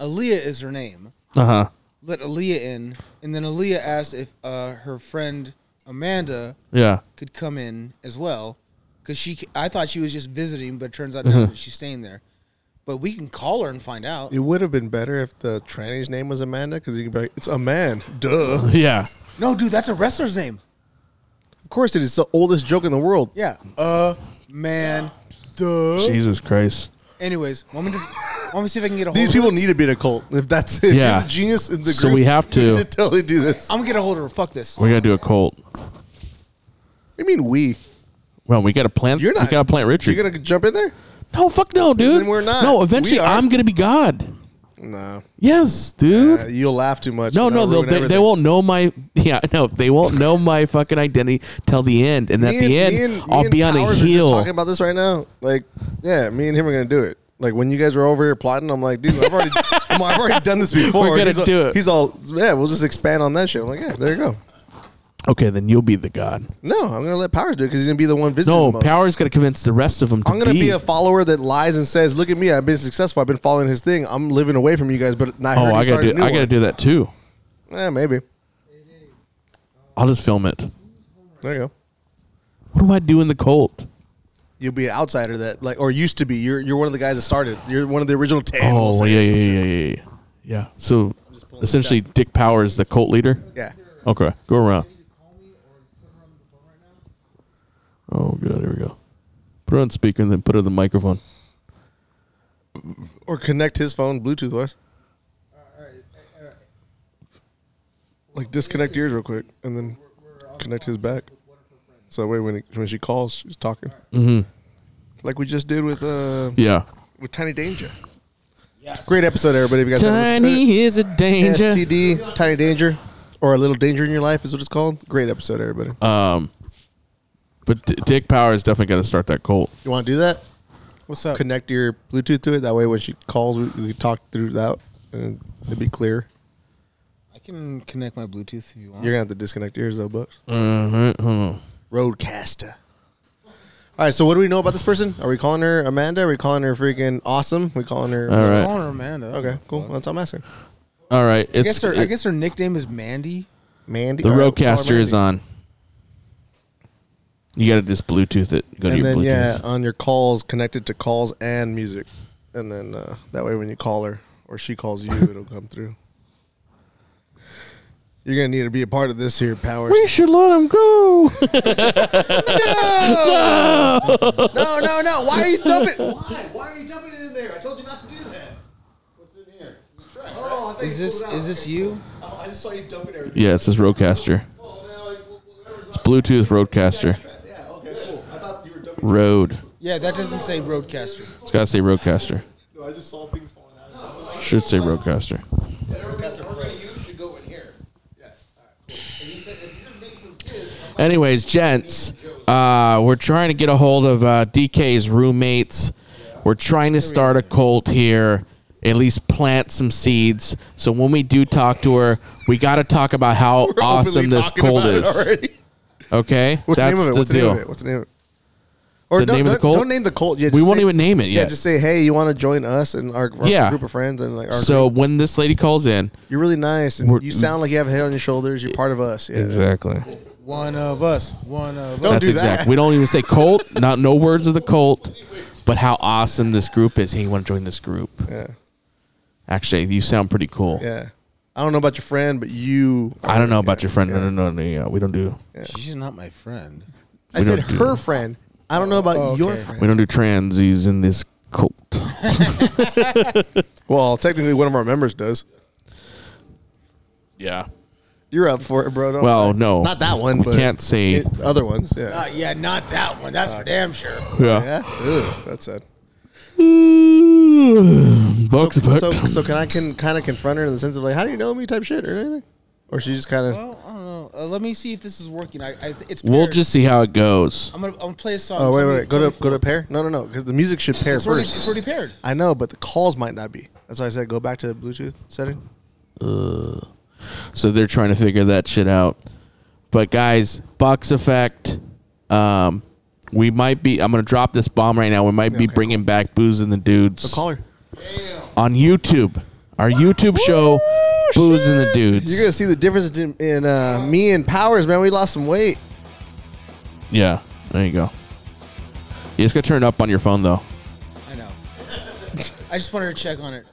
[SPEAKER 10] Aaliyah is her name.
[SPEAKER 9] Uh huh.
[SPEAKER 10] Let Aaliyah in, and then Aaliyah asked if uh, her friend Amanda
[SPEAKER 9] Yeah.
[SPEAKER 10] could come in as well, because she I thought she was just visiting, but it turns out
[SPEAKER 9] Mm-hmm.
[SPEAKER 10] no,
[SPEAKER 11] Mhm.
[SPEAKER 10] she's staying there. But we can call her and find out.
[SPEAKER 11] It would have been better if the tranny's name was Amanda, because you could be like, it's a man. Duh.
[SPEAKER 9] Yeah.
[SPEAKER 10] No, Oh, dude, that's a wrestler's name.
[SPEAKER 11] Of course it is. It's the oldest joke in the world.
[SPEAKER 10] Yeah, uh, man, duh.
[SPEAKER 9] Jesus Christ.
[SPEAKER 10] Anyways, want me to want me to see if I can get a hold.
[SPEAKER 11] These
[SPEAKER 10] of her?
[SPEAKER 11] people need to be in a cult. If that's it,
[SPEAKER 9] Yeah.
[SPEAKER 11] you're the genius in the
[SPEAKER 9] So
[SPEAKER 11] group.
[SPEAKER 9] we have
[SPEAKER 11] You
[SPEAKER 9] to-
[SPEAKER 11] need to totally do this.
[SPEAKER 10] I'm gonna get a hold of her. Fuck this.
[SPEAKER 9] We gotta do a cult.
[SPEAKER 11] What do you mean we?
[SPEAKER 9] Well, we gotta plant. You're not, we gotta plant Richard.
[SPEAKER 11] You're gonna jump in there?
[SPEAKER 9] no, fuck no, dude.
[SPEAKER 11] Then we're not.
[SPEAKER 9] No, eventually
[SPEAKER 11] We are.
[SPEAKER 9] I'm gonna be God.
[SPEAKER 11] No.
[SPEAKER 9] Yes, dude.
[SPEAKER 11] Uh, you'll laugh too much.
[SPEAKER 9] No,
[SPEAKER 11] and
[SPEAKER 9] no,
[SPEAKER 11] that'll
[SPEAKER 9] they'll,
[SPEAKER 11] ruin
[SPEAKER 9] they, they
[SPEAKER 11] everything.
[SPEAKER 9] won't know my yeah, no, they won't know my fucking identity till the end, and at
[SPEAKER 11] Me
[SPEAKER 9] the
[SPEAKER 11] and-
[SPEAKER 9] end,
[SPEAKER 11] me and- me
[SPEAKER 9] I'll
[SPEAKER 11] and
[SPEAKER 9] be on a
[SPEAKER 11] Powers are just
[SPEAKER 9] heel.
[SPEAKER 11] talking about this right now. Like, yeah, me and him are gonna do it. Like when you guys were over here plotting, I'm like, dude, I've already, I'm, like, I've already done this before.
[SPEAKER 9] We're gonna
[SPEAKER 11] he's all-
[SPEAKER 9] do it.
[SPEAKER 11] He's all, yeah, we'll just expand on that shit. I'm like, yeah, there you go.
[SPEAKER 9] Okay, then you'll be the god.
[SPEAKER 11] No, I'm gonna let Powers do it because he's gonna be the one visiting.
[SPEAKER 9] No,
[SPEAKER 11] the most.
[SPEAKER 9] Powers got to convince the rest of them. To
[SPEAKER 11] I'm gonna be. a follower that lies and says, "Look at me, I've been successful. I've been following his thing. I'm living away from you guys, but not."
[SPEAKER 9] oh, I gotta do. I gotta do that too.
[SPEAKER 11] Yeah, maybe.
[SPEAKER 9] I'll just film it.
[SPEAKER 11] There you go.
[SPEAKER 9] What do I do in the cult?
[SPEAKER 11] You'll be an outsider that, like, or used to be. You're you're one of the guys that started. You're one of the original ten. we'll
[SPEAKER 9] oh
[SPEAKER 11] say.
[SPEAKER 9] yeah, yeah, yeah, yeah, yeah, yeah. So essentially, Dick Powers, the cult leader.
[SPEAKER 11] Yeah.
[SPEAKER 9] Okay, go around. Oh god, here we go. Put her on speaker and then put her on the microphone.
[SPEAKER 11] Or connect his phone Bluetooth wise. Like disconnect yours real quick and then connect his back. So that way when he, when she calls, she's talking.
[SPEAKER 9] Mhm.
[SPEAKER 11] Like we just did with uh
[SPEAKER 9] Yeah.
[SPEAKER 11] with Tiny Danger. Great episode, everybody. If you guys haven't listened to it.
[SPEAKER 9] Tiny is a danger.
[SPEAKER 11] STD, Tiny Danger, or a little danger in your life is what it's called. Great episode, everybody.
[SPEAKER 9] Um, but D- Dick Powers definitely got to start that cult.
[SPEAKER 11] You want to do that?
[SPEAKER 10] What's up?
[SPEAKER 11] Connect your Bluetooth to it. That way, when she calls, we, we talk through that, and it'd be clear.
[SPEAKER 10] I can connect my Bluetooth if you want.
[SPEAKER 11] You're gonna have to disconnect yours though, Bucks.
[SPEAKER 9] Mhm, hold on.
[SPEAKER 11] Roadcaster. All right, so what do we know about this person? Are we calling her Amanda? Are we calling her freaking awesome? we calling her.
[SPEAKER 9] All right.
[SPEAKER 10] Calling her Amanda.
[SPEAKER 11] Okay, cool. That's all I'm asking.
[SPEAKER 9] All right, it's
[SPEAKER 10] I guess her. I
[SPEAKER 9] it-
[SPEAKER 10] guess her nickname is Mandy.
[SPEAKER 11] Mandy.
[SPEAKER 9] the
[SPEAKER 11] All right, we'll call her
[SPEAKER 9] roadcaster is
[SPEAKER 11] Mandy.
[SPEAKER 9] on. You got to just Bluetooth it. Go
[SPEAKER 11] and
[SPEAKER 9] to your
[SPEAKER 11] then yeah,
[SPEAKER 9] Bluetooth.
[SPEAKER 11] on your calls, connected to calls and music, and then uh, that way when you call her or she calls you, it'll come through. You're gonna need to be a part of this here, Powers.
[SPEAKER 9] We should let him go.
[SPEAKER 11] no!
[SPEAKER 9] no,
[SPEAKER 11] no, no, no! Why are you dumping?
[SPEAKER 13] Why? Why are you dumping it in there? I told you not to do that. What's in here? It's trash. Oh, I think
[SPEAKER 10] Is
[SPEAKER 13] you
[SPEAKER 10] this
[SPEAKER 13] pulled it out.
[SPEAKER 10] is this you?
[SPEAKER 13] Oh, I just saw you dumping everything.
[SPEAKER 9] Yeah, it says Roadcaster. It's Bluetooth Roadcaster.
[SPEAKER 13] Yeah. Okay. Cool. I thought you were dumping.
[SPEAKER 9] Road.
[SPEAKER 10] Yeah, that doesn't say Roadcaster.
[SPEAKER 9] It's got to say Roadcaster.
[SPEAKER 13] No, I just saw things falling out.
[SPEAKER 9] Should say Roadcaster. Anyways, gents, uh, we're trying to get a hold of uh, DK's roommates. We're trying to start a cult here, at least plant some seeds. So when we do talk to her, we got to talk about how
[SPEAKER 11] We're
[SPEAKER 9] awesome
[SPEAKER 11] openly
[SPEAKER 9] this
[SPEAKER 11] talking
[SPEAKER 9] cult
[SPEAKER 11] about it
[SPEAKER 9] is.
[SPEAKER 11] already.
[SPEAKER 9] Okay,
[SPEAKER 11] What's
[SPEAKER 9] that's
[SPEAKER 11] the name of it?
[SPEAKER 9] the
[SPEAKER 11] What's the
[SPEAKER 9] deal.
[SPEAKER 11] name of it? What's the name of it? Or
[SPEAKER 9] The
[SPEAKER 11] don't,
[SPEAKER 9] name of
[SPEAKER 11] don't,
[SPEAKER 9] the cult?
[SPEAKER 11] Don't name the cult. yet.
[SPEAKER 9] We
[SPEAKER 11] just
[SPEAKER 9] won't
[SPEAKER 11] say-
[SPEAKER 9] even name it
[SPEAKER 11] Yeah,
[SPEAKER 9] yet.
[SPEAKER 11] just say, hey, you want to join us and our, our
[SPEAKER 9] Yeah.
[SPEAKER 11] group of friends and like our
[SPEAKER 9] So
[SPEAKER 11] group.
[SPEAKER 9] when this lady calls in,
[SPEAKER 11] You're really nice and
[SPEAKER 9] We're-
[SPEAKER 11] you sound like you have a head on your shoulders. You're part of us. Yeah.
[SPEAKER 9] Exactly.
[SPEAKER 10] One of us. One of us.
[SPEAKER 9] That's exact. We don't even say cult. Not no words of the cult, but how awesome this group is. Hey, you want to join this group?
[SPEAKER 11] Yeah.
[SPEAKER 9] Actually, you sound pretty cool.
[SPEAKER 11] Yeah. I don't know about your friend, but you.
[SPEAKER 9] I don't know about your friend. No, no, no, no. yeah, we don't do.
[SPEAKER 10] She's not my friend.
[SPEAKER 11] I
[SPEAKER 9] We
[SPEAKER 11] said
[SPEAKER 9] don't do-
[SPEAKER 11] her friend. I don't know about your friend.
[SPEAKER 9] We don't do transies in this cult.
[SPEAKER 11] well, technically, one of our members does.
[SPEAKER 9] Yeah.
[SPEAKER 11] You're up for it, bro. Don't
[SPEAKER 9] Well,
[SPEAKER 11] lie.
[SPEAKER 9] no.
[SPEAKER 11] Not that one.
[SPEAKER 9] Oh. We
[SPEAKER 11] but
[SPEAKER 9] can't say-
[SPEAKER 11] it- other ones. Yeah.
[SPEAKER 10] Uh, yeah, not that one. That's for damn sure.
[SPEAKER 9] Yeah.
[SPEAKER 11] Ew, that's sad.
[SPEAKER 9] Box
[SPEAKER 11] so,
[SPEAKER 9] effect.
[SPEAKER 11] so, so can I can kind of confront her in the sense of like, how do you know me? Type shit or anything, or she just kind of.
[SPEAKER 10] Well, I don't know. Uh, let me see if this is working. I, I it's.
[SPEAKER 9] We'll
[SPEAKER 10] paired.
[SPEAKER 9] just see how it goes.
[SPEAKER 10] I'm gonna, I'm gonna play a song.
[SPEAKER 11] oh wait,
[SPEAKER 10] Tell
[SPEAKER 11] wait,
[SPEAKER 10] me-
[SPEAKER 11] wait. go
[SPEAKER 10] tell
[SPEAKER 11] to go to pair. No, no, no. Because the music should pair
[SPEAKER 10] It's already-
[SPEAKER 11] first.
[SPEAKER 10] it's already paired.
[SPEAKER 11] I know, but the calls might not be. That's why I said go back to the Bluetooth setting.
[SPEAKER 9] Uh, so they're trying to figure that shit out. But guys, box effect. Um, we might be. I'm gonna drop this bomb right now. We might be bringing back booze and the dudes.
[SPEAKER 11] So call her.
[SPEAKER 9] on YouTube. Our YouTube show, booze and the
[SPEAKER 11] You're
[SPEAKER 9] dudes.
[SPEAKER 11] gonna see the difference in, in uh, me and Powers, man. We lost some weight.
[SPEAKER 9] Yeah, there you go. You just gotta turn it up on your phone though.
[SPEAKER 10] I know. I just wanted to check on it.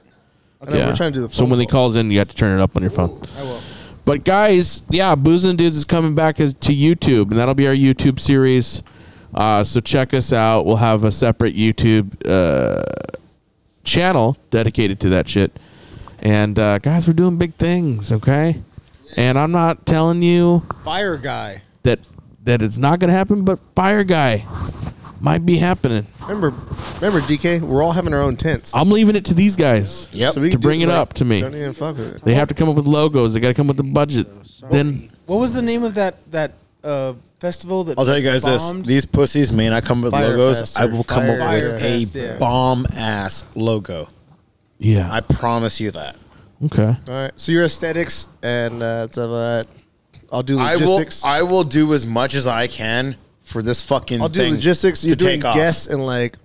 [SPEAKER 9] yeah. So when he calls in, you have to turn it up on your phone.
[SPEAKER 10] I will.
[SPEAKER 9] But guys, yeah, Booze and Dudes is coming back as, to YouTube, and that'll be our YouTube series. Uh, so check us out. We'll have a separate YouTube uh, channel dedicated to that shit. And uh, guys, we're doing big things, okay? And I'm not telling you
[SPEAKER 10] Fire guy.
[SPEAKER 9] that that it's not gonna happen, but Fire Guy might be happening.
[SPEAKER 11] Remember, remember, DK. We're all having our own tents.
[SPEAKER 9] I'm leaving it to these guys.
[SPEAKER 11] Yep. So we
[SPEAKER 9] to
[SPEAKER 11] can do,
[SPEAKER 9] bring it
[SPEAKER 11] like,
[SPEAKER 9] up to me.
[SPEAKER 11] don't even fuck with it.
[SPEAKER 9] They have to come up with logos. They got to come up with the budget. Then
[SPEAKER 10] What was the name of that that uh, festival that?
[SPEAKER 14] I'll tell you guys
[SPEAKER 10] bombed?
[SPEAKER 14] this: these pussies may not come up with
[SPEAKER 10] Fire
[SPEAKER 14] logos.
[SPEAKER 10] Fest
[SPEAKER 14] I
[SPEAKER 10] or
[SPEAKER 14] will come up
[SPEAKER 10] Fire
[SPEAKER 14] with
[SPEAKER 10] Fest,
[SPEAKER 14] a
[SPEAKER 10] yeah.
[SPEAKER 14] bomb ass logo.
[SPEAKER 9] Yeah,
[SPEAKER 14] I promise you that.
[SPEAKER 9] Okay.
[SPEAKER 11] All right. So your aesthetics and uh, it's, uh, I'll do
[SPEAKER 14] I will.
[SPEAKER 11] logistics.
[SPEAKER 14] I will do as much as I can for this fucking.
[SPEAKER 11] I'll do
[SPEAKER 14] thing
[SPEAKER 11] logistics. You're
[SPEAKER 14] to
[SPEAKER 11] doing
[SPEAKER 14] take off.
[SPEAKER 11] guests and like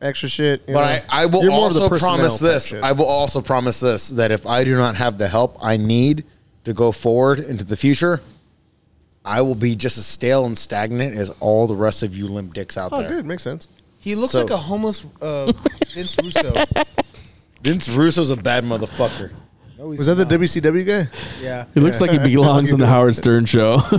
[SPEAKER 11] extra shit. you
[SPEAKER 14] But
[SPEAKER 11] know.
[SPEAKER 14] I, I will
[SPEAKER 11] You're more of the
[SPEAKER 14] also
[SPEAKER 11] personnel
[SPEAKER 14] promise
[SPEAKER 11] type
[SPEAKER 14] this.
[SPEAKER 11] shit.
[SPEAKER 14] I will also promise this that if I do not have the help I need to go forward into the future, I will be just as stale and stagnant as all the rest of you limp dicks out
[SPEAKER 11] Oh,
[SPEAKER 14] there.
[SPEAKER 11] good. Makes sense.
[SPEAKER 10] He looks
[SPEAKER 14] So-
[SPEAKER 10] like a homeless uh, Vince Russo.
[SPEAKER 14] Vince Russo's a bad motherfucker.
[SPEAKER 11] Was that the WCW guy?
[SPEAKER 10] Yeah.
[SPEAKER 9] It looks like he belongs on the Howard Stern show. you,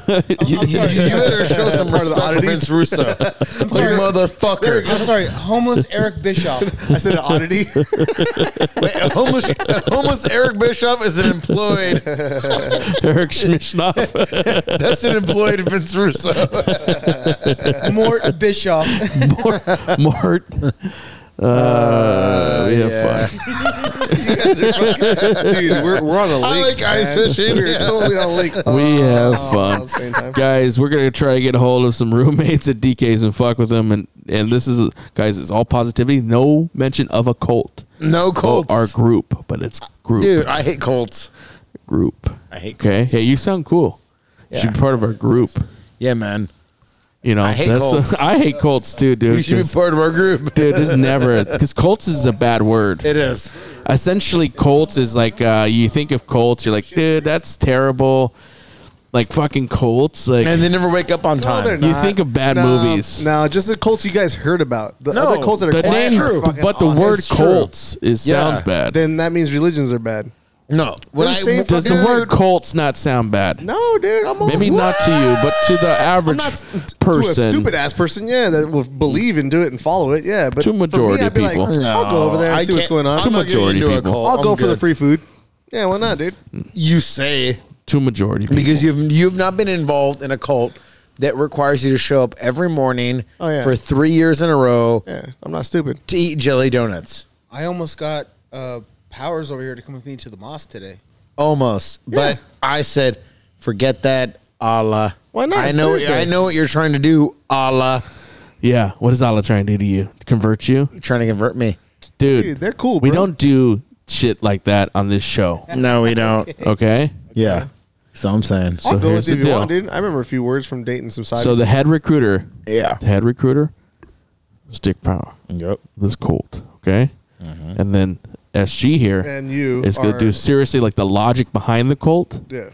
[SPEAKER 14] better show some
[SPEAKER 11] Part
[SPEAKER 14] respect
[SPEAKER 11] of the
[SPEAKER 14] for
[SPEAKER 11] oddities.
[SPEAKER 14] Vince Russo.
[SPEAKER 10] I'm sorry,
[SPEAKER 14] motherfucker.
[SPEAKER 10] I'm sorry, homeless Eric Bischoff.
[SPEAKER 11] I said an oddity.
[SPEAKER 14] Wait, a homeless, a homeless Eric Bischoff is an employed.
[SPEAKER 9] Eric Schmishnoff.
[SPEAKER 14] That's an employed Vince Russo.
[SPEAKER 10] Mort Bischoff.
[SPEAKER 9] Mort. Mort. Uh, we have fun.
[SPEAKER 14] You guys are fucking-
[SPEAKER 11] Dude, we're, we're on a lake.
[SPEAKER 14] I like ice
[SPEAKER 11] man.
[SPEAKER 14] fishing.
[SPEAKER 11] We're totally on a lake.
[SPEAKER 9] we have
[SPEAKER 11] at the same
[SPEAKER 9] fun,
[SPEAKER 11] time.
[SPEAKER 9] guys. We're gonna try to get a hold of some roommates at DK's and fuck with them. And and this is guys, it's all positivity. No mention of a cult.
[SPEAKER 14] No cults.
[SPEAKER 9] Our group, but it's group.
[SPEAKER 14] Dude, I hate Colts.
[SPEAKER 9] group.
[SPEAKER 14] I hate
[SPEAKER 9] Okay. Hey, you sound cool. You should
[SPEAKER 14] Yeah.
[SPEAKER 9] be part of our group.
[SPEAKER 14] Yeah, man.
[SPEAKER 9] You know,
[SPEAKER 14] I hate Colts.
[SPEAKER 9] I hate Colts too, dude.
[SPEAKER 14] You should be
[SPEAKER 9] 'cause-
[SPEAKER 14] part of our group.
[SPEAKER 9] dude. This never because Colts is a bad word.
[SPEAKER 14] It is.
[SPEAKER 9] Essentially, Colts is like uh, you think of Colts, you're like, dude, that's terrible. Like fucking Colts, like
[SPEAKER 14] And they never wake up on time.
[SPEAKER 11] they're
[SPEAKER 9] You
[SPEAKER 11] not.
[SPEAKER 9] think of bad
[SPEAKER 11] No,
[SPEAKER 9] movies.
[SPEAKER 11] No, just the Colts you guys heard about. The
[SPEAKER 14] No,
[SPEAKER 11] other Colts that are
[SPEAKER 9] the
[SPEAKER 11] quiet
[SPEAKER 9] name-
[SPEAKER 11] are
[SPEAKER 9] true,
[SPEAKER 11] fucking
[SPEAKER 9] but the
[SPEAKER 11] awesome.
[SPEAKER 9] word
[SPEAKER 11] It's true.
[SPEAKER 9] Colts is- sounds bad.
[SPEAKER 11] Then that means religions are bad.
[SPEAKER 14] No. What I-
[SPEAKER 9] does the word Colts not sound bad?
[SPEAKER 11] No, dude. I'm
[SPEAKER 9] Maybe not to you, but to the average person.
[SPEAKER 11] To a stupid ass person, yeah, that will believe and do it and follow it, yeah. But
[SPEAKER 9] To
[SPEAKER 11] for me,
[SPEAKER 9] majority
[SPEAKER 11] I'd be like,
[SPEAKER 9] people.
[SPEAKER 11] I'll go over there and
[SPEAKER 14] I
[SPEAKER 11] see what's
[SPEAKER 14] can't-
[SPEAKER 11] going on.
[SPEAKER 14] I'm To not getting majority into a people. cult.
[SPEAKER 11] I'll
[SPEAKER 14] I'm
[SPEAKER 11] go for the
[SPEAKER 14] good.
[SPEAKER 11] free food. Yeah, why not, dude?
[SPEAKER 14] You say
[SPEAKER 9] to majority
[SPEAKER 14] because you've you've not been involved in a cult that requires you to show up every morning
[SPEAKER 11] Oh, yeah.
[SPEAKER 14] for three years in a row.
[SPEAKER 11] Yeah, I'm not stupid
[SPEAKER 14] to eat jelly donuts.
[SPEAKER 10] I almost got uh, Powers over here to come with me to the mosque today.
[SPEAKER 14] Almost, but I said, forget that, Allah.
[SPEAKER 10] Why not?
[SPEAKER 14] I
[SPEAKER 10] It's
[SPEAKER 14] know.
[SPEAKER 10] Thursday.
[SPEAKER 14] I know what you're trying to do, Allah.
[SPEAKER 9] Yeah. What is Allah trying to do to you? Convert you?
[SPEAKER 14] Trying to convert me.
[SPEAKER 9] Dude,
[SPEAKER 14] Dude,
[SPEAKER 11] they're cool.
[SPEAKER 9] We don't do shit like that on this show.
[SPEAKER 14] No, we don't.
[SPEAKER 9] Okay.
[SPEAKER 14] Yeah. So I'm saying.
[SPEAKER 11] I'll
[SPEAKER 9] So
[SPEAKER 11] go with
[SPEAKER 9] here's
[SPEAKER 11] you
[SPEAKER 9] the
[SPEAKER 11] if you want,
[SPEAKER 9] deal.
[SPEAKER 11] dude. I remember a few words from dating some side.
[SPEAKER 9] So the head recruiter.
[SPEAKER 14] Yeah.
[SPEAKER 9] The head recruiter. Stick power.
[SPEAKER 14] Yep.
[SPEAKER 9] This cult. Okay. And then SG here
[SPEAKER 11] And you
[SPEAKER 9] is gonna
[SPEAKER 11] are-
[SPEAKER 9] do seriously like the logic behind the cult.
[SPEAKER 11] Yeah.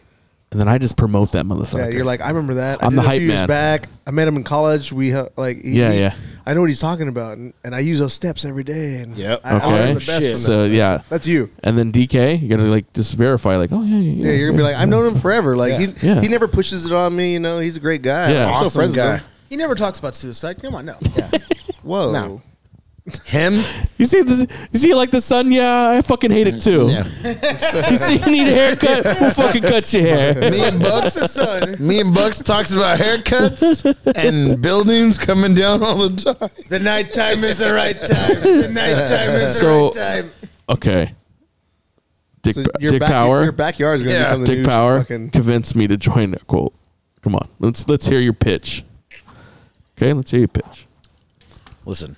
[SPEAKER 9] and then I just promote that motherfucker.
[SPEAKER 11] Yeah, you're like I remember that. I
[SPEAKER 9] I'm the
[SPEAKER 11] did a
[SPEAKER 9] hype
[SPEAKER 11] few years
[SPEAKER 9] man.
[SPEAKER 11] Back, I met him in college. We ha- like he-
[SPEAKER 9] Yeah,
[SPEAKER 11] he-
[SPEAKER 9] yeah.
[SPEAKER 11] I know what he's talking about, and, and I use those steps every day. And
[SPEAKER 14] yep.
[SPEAKER 11] I, I learned the best from that.
[SPEAKER 9] so yeah,
[SPEAKER 11] that's you.
[SPEAKER 9] And then DK, you're gonna like just verify, like, oh yeah, yeah.
[SPEAKER 11] Yeah, you're gonna be like, I've known him forever. Like he
[SPEAKER 9] Yeah.
[SPEAKER 11] he never pushes it on me. You know, he's a great guy.
[SPEAKER 9] Yeah.
[SPEAKER 11] I'm
[SPEAKER 9] Awesome
[SPEAKER 11] still friends
[SPEAKER 9] guy.
[SPEAKER 11] with him.
[SPEAKER 10] He never talks about suicide. Come on, no.
[SPEAKER 11] Whoa.
[SPEAKER 10] No.
[SPEAKER 14] Him?
[SPEAKER 9] You see this? You see like the sun? Yeah, I fucking hate it too. you see, you need a haircut? We'll fucking cut your hair.
[SPEAKER 14] Me and Bucks. me and Bucks talks about haircuts and buildings coming down all the time.
[SPEAKER 10] The nighttime is the right time. The nighttime is
[SPEAKER 9] So-
[SPEAKER 10] the right time.
[SPEAKER 9] Okay. Dick,
[SPEAKER 11] So your
[SPEAKER 9] Dick
[SPEAKER 11] back-
[SPEAKER 9] Power.
[SPEAKER 11] your backyard is gonna Yeah. become the
[SPEAKER 9] Dick
[SPEAKER 11] new
[SPEAKER 9] Power.
[SPEAKER 11] fucking-
[SPEAKER 9] Convince me to join that quote. Come on, let's let's hear your pitch. Okay, let's hear your pitch.
[SPEAKER 14] Listen,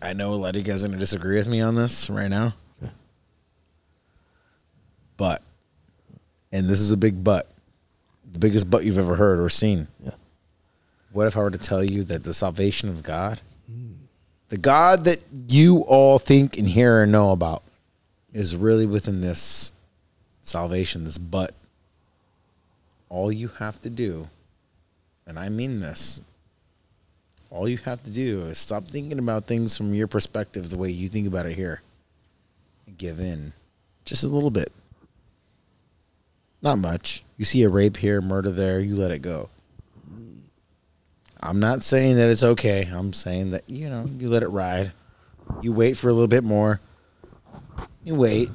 [SPEAKER 14] I know a lot of you guys are going to disagree with me on this right now. But, and this is a big but, the biggest but you've ever heard or seen. Yeah. What if I were to tell you that the salvation of God, the God that you all think and hear and know about, is really within this salvation, this but? All you have to do, and I mean this all you have to do is stop thinking about things from your perspective the way you think about it here and give in just a little bit not much you see a rape here murder there you let it go i'm not saying that it's okay i'm saying that you know you let it ride you wait for a little bit more you wait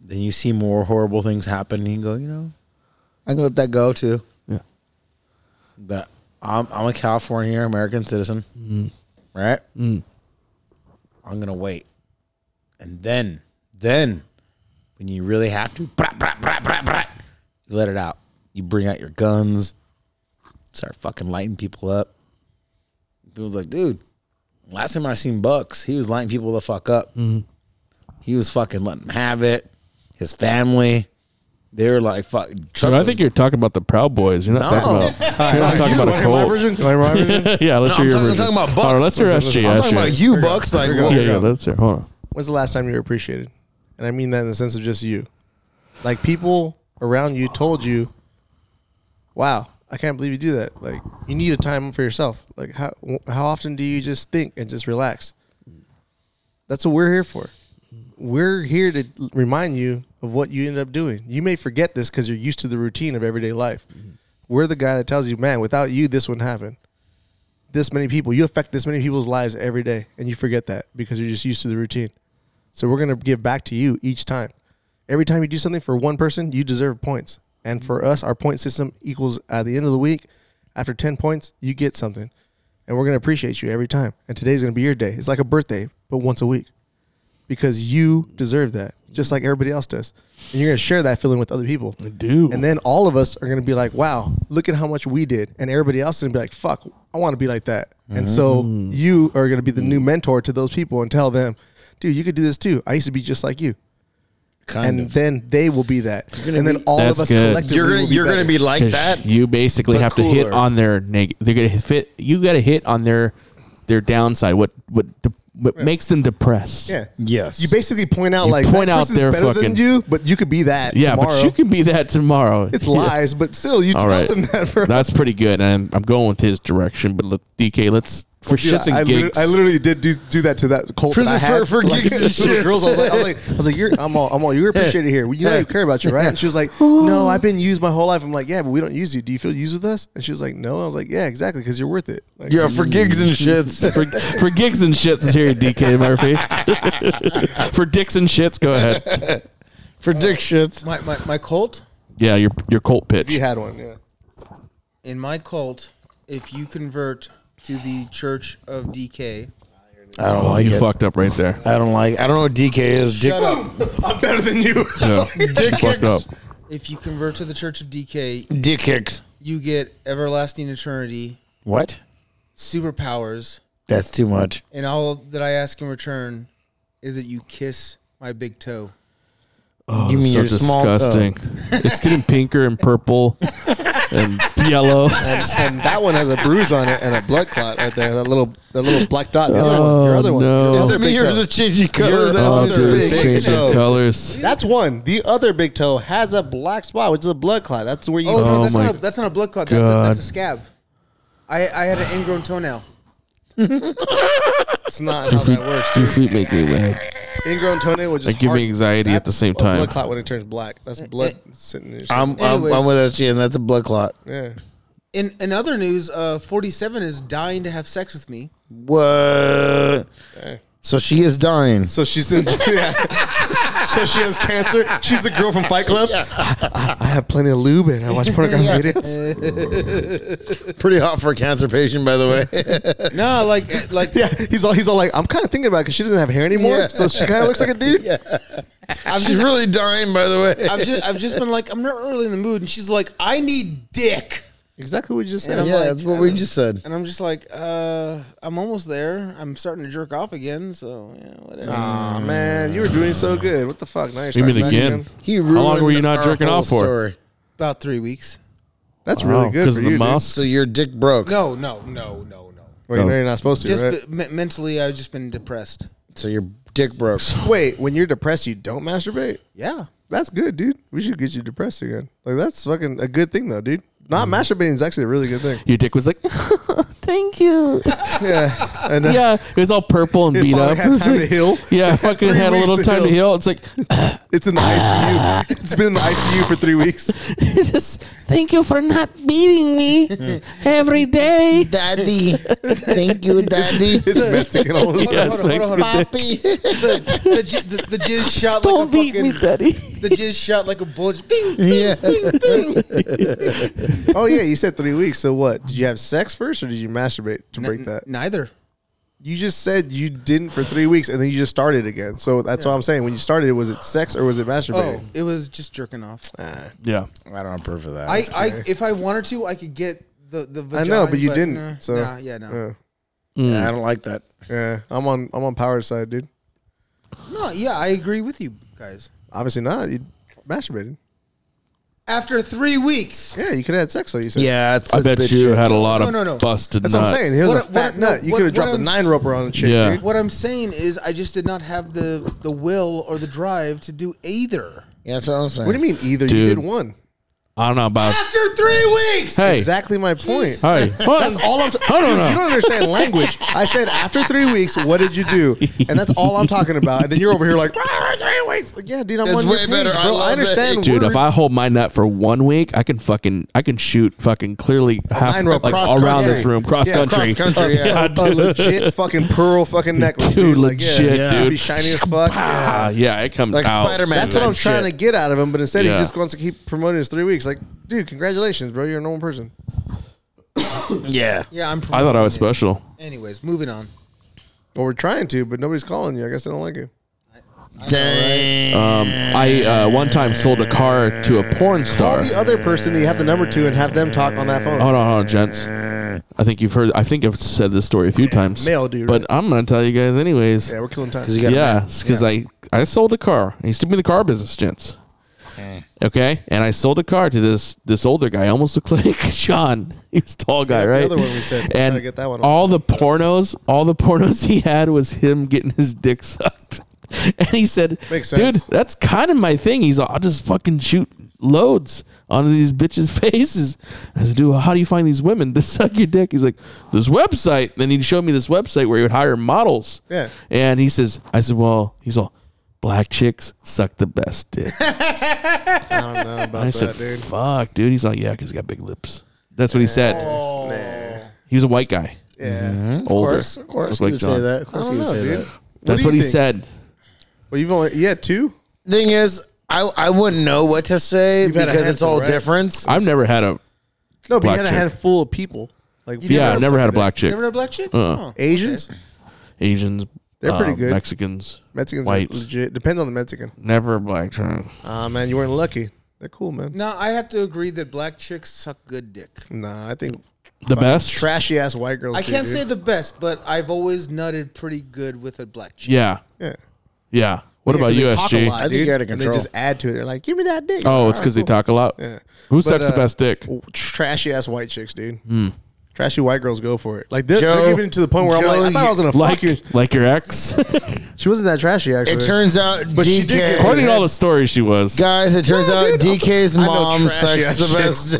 [SPEAKER 14] then you see more horrible things happen and you go you know i can let that go too
[SPEAKER 9] yeah
[SPEAKER 14] but I'm I'm a California American citizen,
[SPEAKER 9] Mm-hmm.
[SPEAKER 14] right? I'm gonna wait, and then then when you really have to, brah, brah, brah, brah, brah, you let it out. You bring out your guns, start fucking lighting people up. People's like, dude, last time I seen Bucks, he was lighting people the fuck up.
[SPEAKER 9] Mm-hmm.
[SPEAKER 14] He was fucking letting them have it. His family, they were like, fuck.
[SPEAKER 9] So
[SPEAKER 14] Chuck
[SPEAKER 9] I
[SPEAKER 14] was-
[SPEAKER 9] think you're talking about the Proud Boys. You're not
[SPEAKER 14] No.
[SPEAKER 9] talking about. You're not
[SPEAKER 14] Are
[SPEAKER 9] talking
[SPEAKER 14] you-
[SPEAKER 9] about
[SPEAKER 14] want
[SPEAKER 9] a
[SPEAKER 14] to hear my
[SPEAKER 9] cult.
[SPEAKER 14] version? Can I hear my version?
[SPEAKER 9] yeah, let's
[SPEAKER 14] No,
[SPEAKER 9] hear
[SPEAKER 14] I'm talking-
[SPEAKER 9] your
[SPEAKER 14] I'm
[SPEAKER 9] version.
[SPEAKER 14] talking about
[SPEAKER 9] Hold on,
[SPEAKER 14] Bucks.
[SPEAKER 9] let's hear
[SPEAKER 14] Listen,
[SPEAKER 9] SG.
[SPEAKER 14] listen, I'm talking about you, Here we go. Bucks, like, Here we go.
[SPEAKER 9] yeah,
[SPEAKER 14] here we
[SPEAKER 9] yeah,
[SPEAKER 14] go.
[SPEAKER 9] let's hear. Hold on.
[SPEAKER 11] When's the last time you were appreciated? And I mean that in the sense of just you. Like people around you told you, "Wow, I can't believe you do that." Like you need a time for yourself. Like how how often do you just think and just relax? That's what we're here for. We're here to l- remind you of what you end up doing. You may forget this because you're used to the routine of everyday life. We're the guy that tells you, "Man, without you, this wouldn't happen." This many people, you affect this many people's lives every day, and you forget that because you're just used to the routine. So we're gonna give back to you each time. Every time you do something for one person, you deserve points. And for us, our point system equals at the end of the week, after ten points, you get something, and we're gonna appreciate you every time. And today's gonna be your day. It's like a birthday, but once a week, because you deserve that, just like everybody else does. And you're gonna share that feeling with other people. I
[SPEAKER 9] do.
[SPEAKER 11] And then all of us are gonna be like, "Wow, look at how much we did," and everybody else is gonna be like, "Fuck, I want to be like that." And so
[SPEAKER 9] Mm.
[SPEAKER 11] you are going to be the new mentor to those people and tell them, dude, you could do this too. I used to be just like you.
[SPEAKER 14] Kind
[SPEAKER 11] and
[SPEAKER 14] of.
[SPEAKER 11] then they will be that.
[SPEAKER 14] gonna
[SPEAKER 11] And then
[SPEAKER 14] be-
[SPEAKER 11] all
[SPEAKER 9] That's
[SPEAKER 11] of us
[SPEAKER 9] good.
[SPEAKER 11] collectively
[SPEAKER 14] You're gonna-
[SPEAKER 11] will be
[SPEAKER 14] you're gonna
[SPEAKER 11] better.
[SPEAKER 14] be like
[SPEAKER 9] 'Cause
[SPEAKER 14] that,
[SPEAKER 9] You basically
[SPEAKER 14] but
[SPEAKER 9] have to hit
[SPEAKER 14] cooler.
[SPEAKER 9] on their neg- they're gonna fit you gotta hit on their their downside. What what de- what makes them depressed.
[SPEAKER 11] Yeah.
[SPEAKER 14] Yes.
[SPEAKER 11] You basically point out
[SPEAKER 9] You
[SPEAKER 11] like
[SPEAKER 9] point
[SPEAKER 11] that
[SPEAKER 9] out
[SPEAKER 11] person's
[SPEAKER 9] their
[SPEAKER 11] better
[SPEAKER 9] fucking-
[SPEAKER 11] than you, but you could be that.
[SPEAKER 9] Yeah,
[SPEAKER 11] tomorrow.
[SPEAKER 9] but you can be that tomorrow.
[SPEAKER 11] It's
[SPEAKER 9] Yeah.
[SPEAKER 11] lies, but still you tell them that for
[SPEAKER 9] That's pretty good, and I'm going with his direction. But let, DK, let's for
[SPEAKER 11] Dude,
[SPEAKER 9] shits and
[SPEAKER 11] I,
[SPEAKER 9] gigs.
[SPEAKER 11] literally- I literally did do, do that to that cult
[SPEAKER 14] For
[SPEAKER 11] that
[SPEAKER 14] the-
[SPEAKER 11] I had.
[SPEAKER 14] for- for
[SPEAKER 11] Like,
[SPEAKER 14] gigs and
[SPEAKER 11] to the
[SPEAKER 14] shits.
[SPEAKER 11] Girls, I was like, I was like, I was like, you're, I'm all, I'm all, you're appreciated here. You know, I care about you, right? And she was like,
[SPEAKER 10] Oh.
[SPEAKER 11] No, I've been used my whole life. I'm like, Yeah, but we don't use you. Do you feel used with us? And she was like, No. I was like, Yeah, exactly, because you're worth it. Like,
[SPEAKER 14] Yeah, for gigs and shits.
[SPEAKER 9] for, for gigs and shits is here, DK Murphy. for dicks and shits, go ahead.
[SPEAKER 14] For dick shits.
[SPEAKER 10] My, my, my cult,
[SPEAKER 9] Yeah, your your Colt pitch.
[SPEAKER 11] one, yeah.
[SPEAKER 10] in my cult, if you convert to the Church of DK,
[SPEAKER 14] I don't
[SPEAKER 9] Oh,
[SPEAKER 14] like
[SPEAKER 9] you
[SPEAKER 14] it.
[SPEAKER 9] fucked up right there.
[SPEAKER 14] I don't like. I don't know what DK is. Dick,
[SPEAKER 10] shut up.
[SPEAKER 11] I'm better than you.
[SPEAKER 9] Yeah.
[SPEAKER 14] Dick
[SPEAKER 9] You fucked
[SPEAKER 14] kicks.
[SPEAKER 9] up.
[SPEAKER 10] If you convert to the Church of DK,
[SPEAKER 14] Dick kicks.
[SPEAKER 10] you get everlasting eternity,
[SPEAKER 14] What?
[SPEAKER 10] superpowers,
[SPEAKER 14] That's too much.
[SPEAKER 10] and all that I ask in return is that you kiss my big toe.
[SPEAKER 9] Oh,
[SPEAKER 14] You
[SPEAKER 9] that's
[SPEAKER 14] mean your small toe.
[SPEAKER 9] it's getting pinker and purple. and yellow.
[SPEAKER 11] And, and that one has a bruise on it and a blood clot right there. That little, that little black dot. The other one, your
[SPEAKER 9] Oh,
[SPEAKER 11] other one.
[SPEAKER 9] no. Is it
[SPEAKER 11] big
[SPEAKER 9] me or
[SPEAKER 11] toe.
[SPEAKER 9] is it changing
[SPEAKER 11] Your
[SPEAKER 9] colors as
[SPEAKER 11] other
[SPEAKER 9] it Oh, dude, it's
[SPEAKER 11] big
[SPEAKER 9] changing
[SPEAKER 11] toe.
[SPEAKER 9] colors.
[SPEAKER 11] That's one. The other big toe has a black spot, which is a blood clot. That's where you.
[SPEAKER 10] Oh, no, that's, not a, that's not a blood clot. That's a,
[SPEAKER 11] God.
[SPEAKER 10] that's a scab. I, I had an ingrown toenail.
[SPEAKER 11] it's not how that works.
[SPEAKER 9] Your feet make me wag.
[SPEAKER 11] Ingrown toenail, which is
[SPEAKER 9] That give
[SPEAKER 11] hard-
[SPEAKER 9] me anxiety at the
[SPEAKER 11] that's
[SPEAKER 9] same
[SPEAKER 11] a
[SPEAKER 9] time.
[SPEAKER 11] blood clot when it turns black. That's
[SPEAKER 10] Eh,
[SPEAKER 11] blood sitting. In your
[SPEAKER 14] I'm,
[SPEAKER 11] stomach.
[SPEAKER 14] I'm, I'm with that shit, and that's a blood clot.
[SPEAKER 11] Yeah.
[SPEAKER 10] In, in other news, uh, 47 is dying to have sex with me.
[SPEAKER 14] What? So she is dying.
[SPEAKER 11] So she's in. yeah. So she has cancer. She's the girl from Fight Club. I, I have plenty of lube and I watch pornographic
[SPEAKER 14] Yeah.
[SPEAKER 11] videos.
[SPEAKER 14] Pretty hot for a cancer patient, by the way.
[SPEAKER 10] no, like, eh, like,
[SPEAKER 11] yeah, he's all, he's all like, I'm kind of thinking about it because she doesn't have hair anymore,
[SPEAKER 14] Yeah.
[SPEAKER 11] so she kind of looks like a dude.
[SPEAKER 14] Yeah. She's really dying, by the way.
[SPEAKER 10] I've just, I've just been like, I'm not really in the mood. And she's like, I need dick.
[SPEAKER 11] Exactly what you just
[SPEAKER 10] And
[SPEAKER 14] said.
[SPEAKER 10] I'm
[SPEAKER 14] Yeah,
[SPEAKER 10] like-
[SPEAKER 14] that's what we just said.
[SPEAKER 10] And I'm just like, uh, I'm almost there. I'm starting to jerk off again. So, yeah, whatever.
[SPEAKER 11] Aw, man, you were doing so good. What the fuck? Now you're
[SPEAKER 9] You mean
[SPEAKER 11] starting back
[SPEAKER 9] again? How long were you not
[SPEAKER 11] our
[SPEAKER 9] jerking
[SPEAKER 11] whole
[SPEAKER 9] off for?
[SPEAKER 11] story.
[SPEAKER 10] About three weeks.
[SPEAKER 11] That's
[SPEAKER 9] Wow,
[SPEAKER 11] really good
[SPEAKER 9] 'cause
[SPEAKER 11] for
[SPEAKER 9] of
[SPEAKER 11] you,
[SPEAKER 9] the
[SPEAKER 11] dude.
[SPEAKER 9] mouse?
[SPEAKER 14] So your dick broke.
[SPEAKER 10] No, no, no, no, no.
[SPEAKER 11] Well, you know you're not supposed to,
[SPEAKER 10] Just
[SPEAKER 11] right?
[SPEAKER 10] be- me- mentally, I've just been depressed.
[SPEAKER 14] So your dick broke.
[SPEAKER 11] Wait, when you're depressed, you don't masturbate?
[SPEAKER 10] Yeah.
[SPEAKER 11] That's good, dude. We should get you depressed again. Like that's fucking a good thing, though, dude. Not masturbating is actually a really good thing.
[SPEAKER 9] Your dick was like, thank you.
[SPEAKER 11] yeah, I know.
[SPEAKER 9] yeah, it was all purple and
[SPEAKER 11] It
[SPEAKER 9] beat
[SPEAKER 11] finally
[SPEAKER 9] up.
[SPEAKER 11] had
[SPEAKER 9] It's
[SPEAKER 11] time to
[SPEAKER 9] like-
[SPEAKER 11] heal.
[SPEAKER 9] Yeah, I
[SPEAKER 11] Had
[SPEAKER 9] fucking
[SPEAKER 11] three
[SPEAKER 9] had a
[SPEAKER 11] weeks
[SPEAKER 9] little
[SPEAKER 11] to
[SPEAKER 9] time to
[SPEAKER 11] heal.
[SPEAKER 9] heal. It's like,
[SPEAKER 11] It's in the ICU. It's been in the ICU for three weeks.
[SPEAKER 9] just thank you for not beating me every day,
[SPEAKER 14] Daddy. Thank you, Daddy.
[SPEAKER 11] It's Mexican. All of a
[SPEAKER 9] Yeah,
[SPEAKER 11] sudden.
[SPEAKER 9] it's Mexican dick.
[SPEAKER 10] The, the, j- the, the jizz shot like a fucking. The jizz shot like a bullet. Bing, bing,
[SPEAKER 14] Yeah.
[SPEAKER 10] bing, bing.
[SPEAKER 11] oh yeah, you said three weeks. So what? Did you have sex first, or did you masturbate to break that?
[SPEAKER 10] Neither.
[SPEAKER 11] You just said you didn't for three weeks, and then you just started again. So that's what I'm saying. When you started, was it sex or was it
[SPEAKER 10] Oh,
[SPEAKER 11] masturbating?
[SPEAKER 10] it was just jerking off.
[SPEAKER 11] Ah.
[SPEAKER 9] Yeah.
[SPEAKER 14] I don't approve of that.
[SPEAKER 10] I, I, if I wanted to, I could get the the.
[SPEAKER 11] I
[SPEAKER 10] Vagina,
[SPEAKER 11] know, but you didn't.
[SPEAKER 10] nah,
[SPEAKER 11] so
[SPEAKER 10] nah, yeah, no,
[SPEAKER 14] yeah, I don't like that.
[SPEAKER 11] Hmm. Yeah, I'm on. I'm on power side, dude.
[SPEAKER 10] no, yeah, I agree with you guys.
[SPEAKER 11] Obviously not. You masturbated.
[SPEAKER 10] After three weeks,
[SPEAKER 11] Yeah, you could have had sex. So you said.
[SPEAKER 14] Yeah, it's,
[SPEAKER 9] I
[SPEAKER 14] it's
[SPEAKER 9] bet
[SPEAKER 14] bitch
[SPEAKER 9] you
[SPEAKER 14] shit.
[SPEAKER 9] had a lot
[SPEAKER 10] No,
[SPEAKER 9] of
[SPEAKER 10] no, no.
[SPEAKER 9] busted
[SPEAKER 11] That's
[SPEAKER 9] nut.
[SPEAKER 11] what I'm saying. He was
[SPEAKER 10] What-
[SPEAKER 11] a
[SPEAKER 10] what-
[SPEAKER 11] fat
[SPEAKER 10] no,
[SPEAKER 11] nut. You
[SPEAKER 10] what-
[SPEAKER 11] could have
[SPEAKER 10] what
[SPEAKER 11] dropped a
[SPEAKER 10] I'm-
[SPEAKER 11] nine roper on the chick,
[SPEAKER 9] Yeah.
[SPEAKER 11] dude.
[SPEAKER 10] what I'm saying is, I just did not have the the will or the drive to do either.
[SPEAKER 14] Yeah, that's what I'm saying.
[SPEAKER 11] What do you mean either? You
[SPEAKER 9] Dude.
[SPEAKER 11] did one.
[SPEAKER 9] I don't know about.
[SPEAKER 10] After three weeks,
[SPEAKER 9] Hey,
[SPEAKER 11] Exactly my point.
[SPEAKER 9] hey,
[SPEAKER 11] That's all I'm. T-
[SPEAKER 9] I don't
[SPEAKER 11] Dude,
[SPEAKER 9] know.
[SPEAKER 11] You don't understand language. I said after three weeks, what did you do? And that's all I'm talking about. And then you're over here like "Ah, three weeks. Like, yeah, dude, I'm
[SPEAKER 14] It's
[SPEAKER 11] on
[SPEAKER 14] way
[SPEAKER 11] your
[SPEAKER 14] better.
[SPEAKER 11] page,
[SPEAKER 14] I
[SPEAKER 11] bro.
[SPEAKER 14] love
[SPEAKER 11] I,
[SPEAKER 14] it.
[SPEAKER 11] understand,
[SPEAKER 9] Dude,
[SPEAKER 11] words.
[SPEAKER 9] if I hold my nut for one week, I can fucking I can shoot fucking clearly half
[SPEAKER 11] nine rope
[SPEAKER 9] like
[SPEAKER 11] cross
[SPEAKER 9] all around
[SPEAKER 11] country.
[SPEAKER 9] this room, cross
[SPEAKER 11] Yeah,
[SPEAKER 9] country,
[SPEAKER 14] cross country, yeah.
[SPEAKER 11] a, a
[SPEAKER 9] dude.
[SPEAKER 11] legit fucking pearl fucking necklace, dude.
[SPEAKER 9] Dude,
[SPEAKER 11] Like, yeah,
[SPEAKER 9] legit,
[SPEAKER 11] it'd
[SPEAKER 9] dude.
[SPEAKER 11] Be shiny as fuck.
[SPEAKER 9] Ah,
[SPEAKER 11] Yeah.
[SPEAKER 9] yeah, it comes
[SPEAKER 14] Like
[SPEAKER 9] out.
[SPEAKER 14] Spider-Man.
[SPEAKER 11] That's what I'm
[SPEAKER 14] Shit.
[SPEAKER 11] trying to get out of him, but instead
[SPEAKER 9] Yeah.
[SPEAKER 11] he just wants to keep promoting his three weeks. Like, dude, congratulations, bro. You're a normal person.
[SPEAKER 14] Yeah.
[SPEAKER 10] yeah, I'm.
[SPEAKER 9] I thought I was
[SPEAKER 10] promoting
[SPEAKER 9] special.
[SPEAKER 10] it. Anyways, moving on.
[SPEAKER 11] Well, we're trying to, but nobody's calling you. I guess they don't like you.
[SPEAKER 14] Dang.
[SPEAKER 9] Um, I uh, one time sold a car to a
[SPEAKER 11] Call
[SPEAKER 9] porn star.
[SPEAKER 11] the other person that you have the number to and have them talk on that phone.
[SPEAKER 9] Hold on, hold on, gents. I think you've heard. I think I've said this story a few times.
[SPEAKER 11] Male dude,
[SPEAKER 9] But
[SPEAKER 11] right?
[SPEAKER 9] I'm gonna tell you guys anyways.
[SPEAKER 11] Yeah, we're killing time.
[SPEAKER 14] 'Cause you got
[SPEAKER 9] Yeah, because I I sold a car. I used to be in the car business, gents. Okay, and I sold a car to this this older guy. Almost looked like Sean. He was a tall guy,
[SPEAKER 11] the
[SPEAKER 9] right?
[SPEAKER 11] other one we said. Try
[SPEAKER 9] And
[SPEAKER 11] to get that one on.
[SPEAKER 9] all the pornos, all the pornos he had was him getting his dick sucked. And he said,
[SPEAKER 11] Makes
[SPEAKER 9] "Dude,
[SPEAKER 11] sense.
[SPEAKER 9] that's kind of my thing." He's, like, "I'll just fucking shoot loads onto these bitches' faces." I said, "Dude, how do you find these women to suck your dick?" He's like, "This website." Then he showed me this website where he would hire models.
[SPEAKER 11] Yeah.
[SPEAKER 9] And he says, "I said, well, he's all black chicks suck the best dick."
[SPEAKER 11] I don't know about
[SPEAKER 9] I
[SPEAKER 11] that,
[SPEAKER 9] said,
[SPEAKER 11] dude.
[SPEAKER 9] "Fuck, dude." He's like, "Yeah, because he's got big lips." That's what he said. He was a white guy.
[SPEAKER 11] Yeah.
[SPEAKER 14] Oh. Of
[SPEAKER 9] older.
[SPEAKER 14] course, of course,
[SPEAKER 9] Looked
[SPEAKER 14] he
[SPEAKER 9] like
[SPEAKER 14] would
[SPEAKER 9] John.
[SPEAKER 14] say that. Of
[SPEAKER 11] Mm-hmm. I
[SPEAKER 14] course,
[SPEAKER 11] don't
[SPEAKER 14] he would
[SPEAKER 11] know,
[SPEAKER 14] say
[SPEAKER 11] dude.
[SPEAKER 14] that.
[SPEAKER 9] That's
[SPEAKER 11] do
[SPEAKER 9] what
[SPEAKER 11] you
[SPEAKER 9] he
[SPEAKER 11] think?
[SPEAKER 9] said.
[SPEAKER 11] Well, you've only you had two.
[SPEAKER 14] Thing is, I I wouldn't know what to say
[SPEAKER 11] You've had a
[SPEAKER 14] because it's
[SPEAKER 11] handful,
[SPEAKER 14] all
[SPEAKER 11] right?
[SPEAKER 14] different.
[SPEAKER 9] I've never had a
[SPEAKER 11] No, but
[SPEAKER 9] Black
[SPEAKER 11] you had
[SPEAKER 9] chick.
[SPEAKER 11] a handful of people. Like
[SPEAKER 10] You
[SPEAKER 9] yeah,
[SPEAKER 10] never
[SPEAKER 9] I've never had a
[SPEAKER 11] something
[SPEAKER 9] black chick.
[SPEAKER 10] Never had a black chick.
[SPEAKER 9] Uh-uh.
[SPEAKER 10] Huh.
[SPEAKER 11] Asians,
[SPEAKER 9] Asians,
[SPEAKER 11] They're pretty
[SPEAKER 9] um,
[SPEAKER 11] good.
[SPEAKER 9] Mexicans,
[SPEAKER 11] Mexicans, are
[SPEAKER 9] whites.
[SPEAKER 11] legit. Depends on the Mexican.
[SPEAKER 9] Never a black chick.
[SPEAKER 11] Ah, man, you weren't lucky. They're cool, man.
[SPEAKER 10] No, I have to agree that black chicks suck good dick.
[SPEAKER 11] Nah, I think
[SPEAKER 9] The best.
[SPEAKER 11] trashy ass white girls.
[SPEAKER 10] I
[SPEAKER 11] do,
[SPEAKER 10] can't
[SPEAKER 11] dude.
[SPEAKER 10] say the best, but I've always nutted pretty good with a black chick.
[SPEAKER 9] yeah,
[SPEAKER 11] Yeah.
[SPEAKER 9] yeah. What
[SPEAKER 11] Yeah,
[SPEAKER 9] about
[SPEAKER 11] 'cause they
[SPEAKER 9] you,
[SPEAKER 11] talk a
[SPEAKER 9] SG?
[SPEAKER 11] lot,
[SPEAKER 9] I think
[SPEAKER 11] dude,
[SPEAKER 9] you're out of
[SPEAKER 11] And
[SPEAKER 9] control.
[SPEAKER 11] they just add to it. They're like, "Give me that dick."
[SPEAKER 9] Oh,
[SPEAKER 11] All
[SPEAKER 9] it's 'cause they
[SPEAKER 11] cool.
[SPEAKER 9] talk a lot.
[SPEAKER 11] Yeah. uh,
[SPEAKER 9] Who sucks the best dick?
[SPEAKER 11] w- Trashy ass white chicks, dude.
[SPEAKER 9] Hmm.
[SPEAKER 11] Trashy white girls go for it. Like they're,
[SPEAKER 14] Joe-
[SPEAKER 11] they're even to the point where I'm
[SPEAKER 14] Joe,
[SPEAKER 11] like, I thought I was gonna
[SPEAKER 9] like
[SPEAKER 11] fuck you.
[SPEAKER 9] like your ex.
[SPEAKER 11] She wasn't that trashy actually.
[SPEAKER 14] turns out
[SPEAKER 11] but she did.
[SPEAKER 14] DK
[SPEAKER 11] get-
[SPEAKER 9] According to all the stories, she was.
[SPEAKER 14] Guys, it turns
[SPEAKER 11] No,
[SPEAKER 14] out
[SPEAKER 11] dude,
[SPEAKER 14] DK's
[SPEAKER 11] I know
[SPEAKER 14] mom
[SPEAKER 11] trashy
[SPEAKER 14] sucks the
[SPEAKER 11] ass
[SPEAKER 14] best.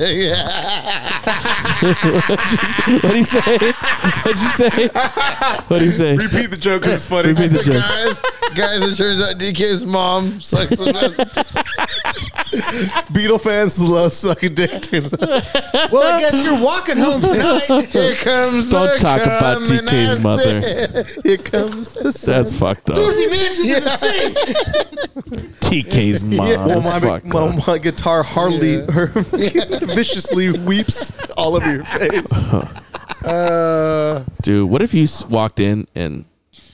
[SPEAKER 14] dick.
[SPEAKER 9] what would he say? What'd you say? What'd he say?
[SPEAKER 11] Repeat the joke 'cause it's funny.
[SPEAKER 9] Repeat the joke.
[SPEAKER 14] guys, guys, it turns out DK's mom sucks the best.
[SPEAKER 11] Beatle fans love sucking dick. Turns out.
[SPEAKER 13] Well, I guess you're walking home tonight.
[SPEAKER 14] Here comes
[SPEAKER 9] Don't
[SPEAKER 14] the
[SPEAKER 9] talk about
[SPEAKER 14] cum and
[SPEAKER 9] TK's
[SPEAKER 14] I
[SPEAKER 9] mother.
[SPEAKER 14] said- Here comes the
[SPEAKER 9] That's fucked up.
[SPEAKER 13] Dorothy Mansion to the sink.
[SPEAKER 9] TK's mom.
[SPEAKER 11] Yeah, well, my,
[SPEAKER 9] That's fucked
[SPEAKER 11] my,
[SPEAKER 9] up.
[SPEAKER 11] my guitar hardly her viciously weeps all over your face. Uh,
[SPEAKER 9] Dude, what if you s- walked in and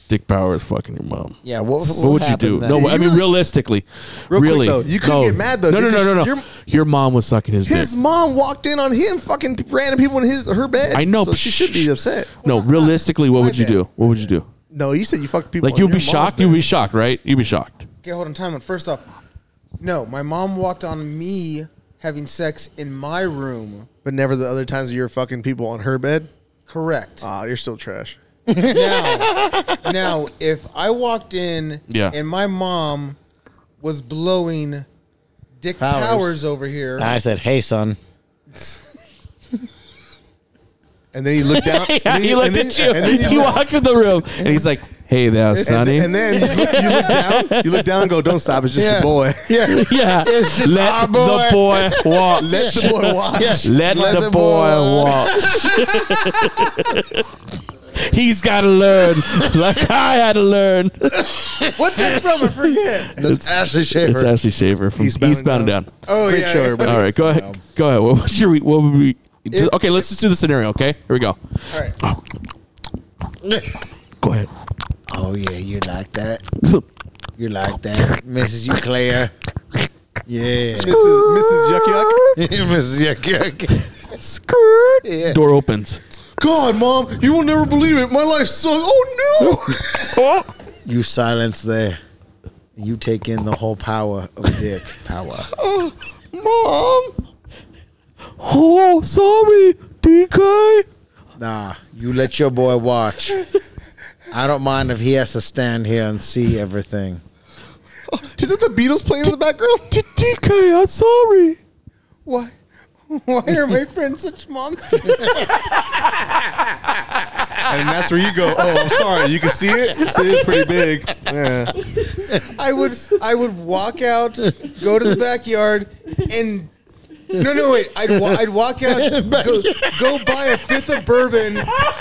[SPEAKER 9] Dick Bauer is fucking your mom?
[SPEAKER 14] Yeah, what-
[SPEAKER 9] what,
[SPEAKER 14] what
[SPEAKER 9] would you
[SPEAKER 14] happened
[SPEAKER 9] do?
[SPEAKER 14] then?
[SPEAKER 9] No,
[SPEAKER 14] You
[SPEAKER 9] I mean
[SPEAKER 11] really-
[SPEAKER 9] realistically,
[SPEAKER 11] Real quick,
[SPEAKER 9] really,
[SPEAKER 11] though, you couldn't
[SPEAKER 9] no.
[SPEAKER 11] get mad, though,
[SPEAKER 9] No, no, no,
[SPEAKER 11] because
[SPEAKER 9] no, no.
[SPEAKER 11] your-
[SPEAKER 9] Your mom was sucking his,
[SPEAKER 11] his
[SPEAKER 9] dick.
[SPEAKER 11] mom walked in on him, fucking random people in his her bed.
[SPEAKER 9] I know,
[SPEAKER 11] so
[SPEAKER 9] but
[SPEAKER 11] she should
[SPEAKER 9] sh-
[SPEAKER 11] be upset.
[SPEAKER 9] No, realistically, what would you do? What would you do?
[SPEAKER 11] No, you said you fucked people.
[SPEAKER 9] Like you'd be shocked. You'd be shocked, right? You'd be shocked.
[SPEAKER 10] Okay, hold on. Time out. First off, no, my mom walked on me having sex in my room.
[SPEAKER 11] but never the other times you're fucking people on her bed.
[SPEAKER 10] Correct.
[SPEAKER 11] Ah, you're still trash.
[SPEAKER 10] now, if I walked in
[SPEAKER 11] Yeah.
[SPEAKER 10] and my mom was blowing Dick
[SPEAKER 14] Powers.
[SPEAKER 10] Powers, over here,
[SPEAKER 11] Ah,
[SPEAKER 14] I said, "Hey, son."
[SPEAKER 11] And then you look down.
[SPEAKER 9] Yeah,
[SPEAKER 11] and then
[SPEAKER 9] he looked
[SPEAKER 11] and
[SPEAKER 9] at
[SPEAKER 11] then-
[SPEAKER 9] you.
[SPEAKER 11] and then
[SPEAKER 9] he
[SPEAKER 11] look-
[SPEAKER 9] walked in the room and he's like, "Hey there, Sonny."
[SPEAKER 11] And then, and then you, look, you look down. You look down and go, "Don't stop. It's just
[SPEAKER 14] Yeah.
[SPEAKER 11] a boy."
[SPEAKER 14] Yeah.
[SPEAKER 9] yeah,
[SPEAKER 14] It's just
[SPEAKER 9] let
[SPEAKER 14] our boy.
[SPEAKER 9] the boy walk.
[SPEAKER 11] Let the boy watch.
[SPEAKER 9] Let, the, boy, walk. He's got to learn, like I had to learn.
[SPEAKER 10] what's that from? I forget.
[SPEAKER 14] That's Ashley Shaver.
[SPEAKER 9] It's Ashley Shaver from Eastbound, and Down.
[SPEAKER 10] Oh
[SPEAKER 11] Great
[SPEAKER 10] yeah.
[SPEAKER 11] show, everybody.
[SPEAKER 9] All right, go ahead. Go ahead. What was your? re- What would we?
[SPEAKER 10] If-
[SPEAKER 9] okay, let's just do the scenario. Okay, here we go.
[SPEAKER 10] All right.
[SPEAKER 9] Go ahead.
[SPEAKER 14] Oh yeah, you like that? You like that, Mrs. Euclair? Yeah,
[SPEAKER 11] Mrs. Mrs. Yuck Yuck.
[SPEAKER 14] Mrs. Yuck Yuck.
[SPEAKER 9] Skirt.
[SPEAKER 14] Yeah.
[SPEAKER 9] Door opens.
[SPEAKER 11] God, mom, you will never believe it. My life sucks. Oh no.
[SPEAKER 14] You silence there. You take in the whole power of dick power.
[SPEAKER 11] Mom,
[SPEAKER 9] Oh, sorry, DK.
[SPEAKER 14] Nah, you let your boy watch. I don't mind if he has to stand here and see everything.
[SPEAKER 11] is that the Beatles playing in the background?
[SPEAKER 9] D- DK, I'm sorry.
[SPEAKER 10] Why? Why are my friends such monsters?
[SPEAKER 11] And that's where you go. Oh, I'm sorry. You can see it. See, it's pretty big. Yeah.
[SPEAKER 10] I would I would walk out, go to the backyard, and no, no, wait. I'd wa- I'd walk out, go, go buy a fifth of bourbon,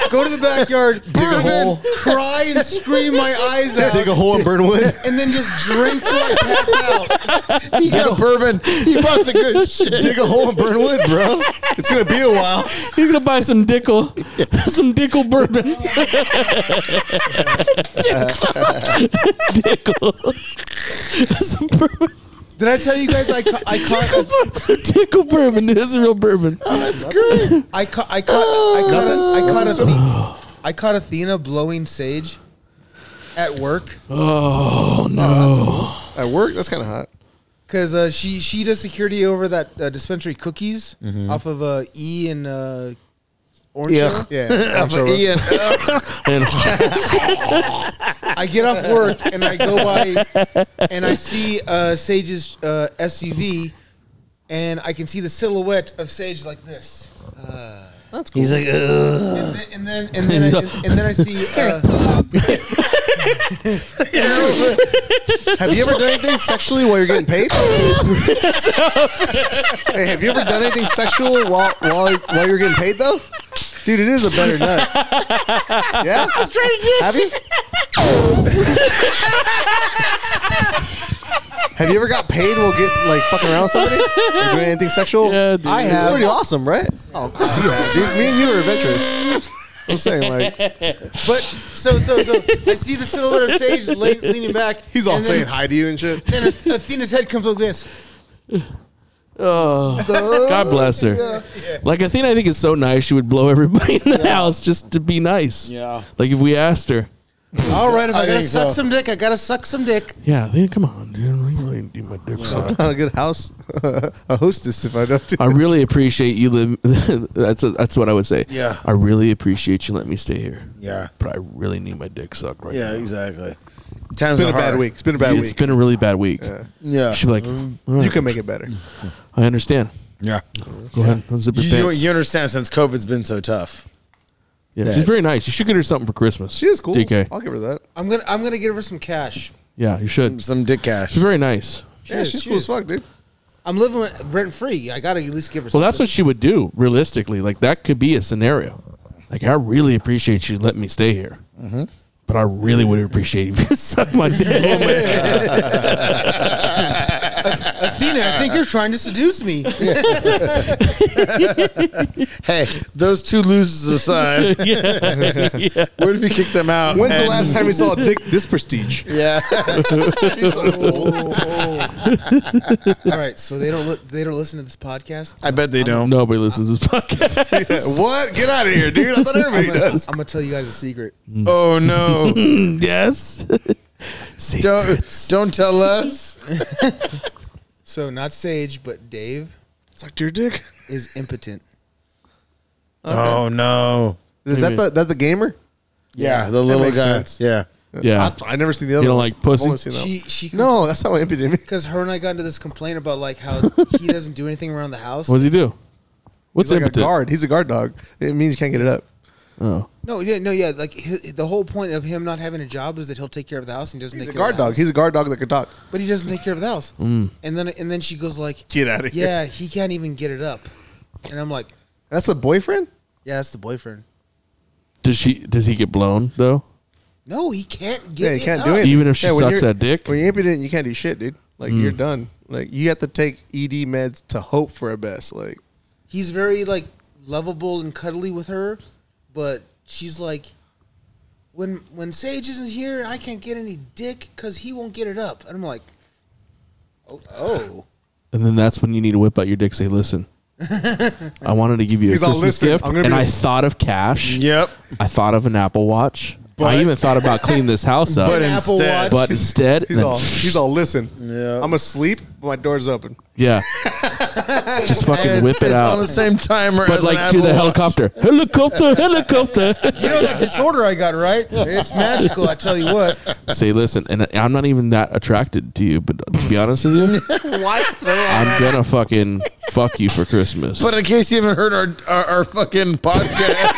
[SPEAKER 10] go to the backyard,
[SPEAKER 11] hole.
[SPEAKER 10] bourbon, cry and scream my eyes out,
[SPEAKER 11] Dig a hole and burn wood.
[SPEAKER 10] and then just drink till I pass out.
[SPEAKER 14] He got bourbon. He bought the good shit.
[SPEAKER 11] Dig a hole and burn wood, bro. It's gonna be a while.
[SPEAKER 9] He's gonna buy some dickle, some dickle bourbon. dickle, dickle, some bourbon.
[SPEAKER 10] Did I tell you guys I ca- I caught
[SPEAKER 9] Dickle bourbon. This is real bourbon.
[SPEAKER 10] I caught I caught I caught a, I caught Athe- I caught Athena blowing sage at work
[SPEAKER 9] Oh no!
[SPEAKER 11] At work, that's kind of hot.
[SPEAKER 10] because uh, she she does security over that uh, dispensary cookies off of uh, E and uh, Orange. Hill.
[SPEAKER 11] Yeah.
[SPEAKER 14] For Ian.
[SPEAKER 9] And
[SPEAKER 10] I get off work and I go by and I see uh, Sage's uh, SUV and I can see the silhouette of Sage like this. Uh,
[SPEAKER 11] That's cool.
[SPEAKER 14] He's like, ugh.
[SPEAKER 10] and then and then and then I, and then I see uh,
[SPEAKER 11] Have you ever done anything sexually while you're getting paid? hey, have you ever done anything sexual while while while you're getting paid though? Dude, it is a better nut. Yeah. I'm trying to do have you? have you ever got paid while get like fucking around with somebody? Or doing anything sexual?
[SPEAKER 9] Yeah, dude.
[SPEAKER 11] I
[SPEAKER 9] I
[SPEAKER 11] have. It's
[SPEAKER 10] have.
[SPEAKER 11] pretty awesome, right? Oh, of course you have. Dude, me and you are adventurous. I'm saying like
[SPEAKER 10] but so so so I see the silhouette of Sage le- leaning back.
[SPEAKER 11] he's all
[SPEAKER 10] and then-
[SPEAKER 11] saying hi to you and shit.
[SPEAKER 10] Then Ath- Athena's head comes like this.
[SPEAKER 9] oh, God bless her. Like Athena, I think is so nice. She would blow everybody in the house just to be nice.
[SPEAKER 14] Yeah.
[SPEAKER 9] Like if we asked her,
[SPEAKER 10] All right, if I,
[SPEAKER 11] I
[SPEAKER 10] gotta
[SPEAKER 11] think
[SPEAKER 10] suck
[SPEAKER 11] so.
[SPEAKER 10] some dick, I gotta suck some dick.
[SPEAKER 9] Yeah, they- come on, dude. I really need my dick
[SPEAKER 11] I'm not a good house, a hostess if I don't do
[SPEAKER 9] I really appreciate you. Live. that's that's what I would say.
[SPEAKER 14] Yeah.
[SPEAKER 9] I really appreciate you letting me stay here.
[SPEAKER 14] Yeah.
[SPEAKER 9] But I really need my dick sucked right
[SPEAKER 14] Yeah,
[SPEAKER 9] now.
[SPEAKER 14] exactly.
[SPEAKER 11] It's been a bad week. It's been a bad
[SPEAKER 9] It's
[SPEAKER 11] week.
[SPEAKER 9] been a really bad week.
[SPEAKER 14] Yeah.
[SPEAKER 9] She'd be like,
[SPEAKER 14] Mm.
[SPEAKER 9] "All right,
[SPEAKER 11] You can make it better.
[SPEAKER 9] I understand.
[SPEAKER 14] Yeah.
[SPEAKER 9] Go ahead. Unzip
[SPEAKER 14] You,
[SPEAKER 9] your
[SPEAKER 14] you,
[SPEAKER 9] pants.
[SPEAKER 14] you understand since COVID's been so tough.
[SPEAKER 9] yeah,
[SPEAKER 14] that-
[SPEAKER 9] she's very nice. You should get her something for Christmas. She
[SPEAKER 14] is cool.
[SPEAKER 9] DK.
[SPEAKER 11] I'll give her that.
[SPEAKER 10] I'm gonna I'm gonna give her some cash.
[SPEAKER 9] Yeah, you should. Some,
[SPEAKER 14] dick cash.
[SPEAKER 9] She's very nice.
[SPEAKER 11] Yeah, she's cool as fuck, dude.
[SPEAKER 10] I'm living rent free. I gotta at least give her.
[SPEAKER 9] Well,
[SPEAKER 10] something.
[SPEAKER 9] that's what she would do realistically. Like that could be a scenario. Like I really appreciate you letting me stay here,
[SPEAKER 11] Mm-hmm.
[SPEAKER 9] but I really would appreciate if you sucked my dick.
[SPEAKER 10] Athena, I think you're trying to seduce me.
[SPEAKER 14] hey, those two losers aside,
[SPEAKER 9] Yeah. Yeah.
[SPEAKER 14] where did we kick them out?
[SPEAKER 11] When's the
[SPEAKER 14] And-
[SPEAKER 11] last time we saw a dick this prestige?
[SPEAKER 14] Yeah.
[SPEAKER 11] Oh,
[SPEAKER 10] All right, so they don't li- they don't listen to this podcast.
[SPEAKER 14] I bet they don't.
[SPEAKER 9] Nobody listens to this podcast.
[SPEAKER 11] what? Get out of here, dude. I thought
[SPEAKER 10] I'm
[SPEAKER 11] everybody
[SPEAKER 10] gonna,
[SPEAKER 11] does.
[SPEAKER 10] I'm gonna tell you guys a secret.
[SPEAKER 14] Oh no!
[SPEAKER 9] yes.
[SPEAKER 14] Don't don't tell us.
[SPEAKER 10] So not Sage, but Dave
[SPEAKER 11] Sucked your dick.
[SPEAKER 10] is impotent.
[SPEAKER 14] Oh no!
[SPEAKER 11] Is that the that the gamer?
[SPEAKER 14] Yeah, the
[SPEAKER 11] That
[SPEAKER 14] little
[SPEAKER 11] makes
[SPEAKER 14] guy.
[SPEAKER 11] sense.
[SPEAKER 14] Yeah.
[SPEAKER 9] Yeah.
[SPEAKER 11] I, I never seen the other.
[SPEAKER 9] You don't
[SPEAKER 11] one.
[SPEAKER 9] like pussy?
[SPEAKER 11] I've only seen that
[SPEAKER 10] She
[SPEAKER 11] one.
[SPEAKER 10] she
[SPEAKER 11] no, that's not what impotent means.
[SPEAKER 10] because her and I got into this complaint about like how he doesn't do anything around the house.
[SPEAKER 9] What does he do? What's
[SPEAKER 11] He's like
[SPEAKER 9] impotent?
[SPEAKER 11] a guard. He's a guard dog. It means you can't get it up.
[SPEAKER 9] Oh,
[SPEAKER 10] No, yeah, no, yeah. Like hi the whole point of him not having a job is that he'll take care of the house and he doesn't
[SPEAKER 11] He's a
[SPEAKER 10] take care
[SPEAKER 11] guard
[SPEAKER 10] of
[SPEAKER 11] dog.
[SPEAKER 10] the house.
[SPEAKER 11] He's a guard dog that can talk. Mm.
[SPEAKER 10] But he doesn't take care of the house. And then and then she goes like,
[SPEAKER 11] Get outta here.
[SPEAKER 10] Yeah, he can't even get it up. And I'm like,
[SPEAKER 11] That's a boyfriend.
[SPEAKER 10] Yeah, that's the boyfriend.
[SPEAKER 9] does she? Does he get blown though?
[SPEAKER 10] No, he can't get.
[SPEAKER 11] Yeah, you
[SPEAKER 10] it
[SPEAKER 11] can't
[SPEAKER 10] up.
[SPEAKER 11] do anything.
[SPEAKER 9] Even if she
[SPEAKER 11] Yeah, when
[SPEAKER 9] sucks
[SPEAKER 11] you're-
[SPEAKER 9] that dick? Mm.
[SPEAKER 11] When you're impotent, you can't do shit, dude. Like you're done. Like you have to take ED meds to hope for a best. Like
[SPEAKER 10] He's very like lovable and cuddly with her, but she's like, when when Sage isn't here, I can't get any dick because he won't get it up. And I'm like, oh, oh.
[SPEAKER 9] And then that's when you need to whip out your dick. Say, listen, I wanted to give you a
[SPEAKER 11] He's all,
[SPEAKER 9] Christmas
[SPEAKER 11] "Listen,
[SPEAKER 9] gift,
[SPEAKER 11] I'm gonna
[SPEAKER 9] and
[SPEAKER 11] be
[SPEAKER 9] I
[SPEAKER 11] a-
[SPEAKER 9] thought of cash.
[SPEAKER 14] Yep.
[SPEAKER 9] I thought of an Apple Watch.
[SPEAKER 11] But-
[SPEAKER 9] I even thought about cleaning this house up.
[SPEAKER 14] But
[SPEAKER 9] But,
[SPEAKER 10] An Apple
[SPEAKER 14] instead,
[SPEAKER 10] Watch.
[SPEAKER 9] instead,
[SPEAKER 11] he's
[SPEAKER 9] then-
[SPEAKER 11] all he's all listen.
[SPEAKER 14] Yeah.
[SPEAKER 11] I'm asleep, but my door's open.
[SPEAKER 9] yeah, just fucking
[SPEAKER 14] it's,
[SPEAKER 9] whip it
[SPEAKER 14] it's on the
[SPEAKER 9] out.
[SPEAKER 14] same timer.
[SPEAKER 9] But
[SPEAKER 14] as an
[SPEAKER 9] like to
[SPEAKER 14] Apple
[SPEAKER 9] the
[SPEAKER 14] Watch.
[SPEAKER 9] helicopter, helicopter, helicopter.
[SPEAKER 10] You know that disorder I got, right? It's magical, I tell you what.
[SPEAKER 9] Say, listen, and I'm not even that attracted to you, but to be honest with you,
[SPEAKER 14] Why throw all
[SPEAKER 9] I'm
[SPEAKER 14] that
[SPEAKER 9] gonna fucking fuck you for Christmas.
[SPEAKER 14] But in case you haven't heard our our, our fucking podcast,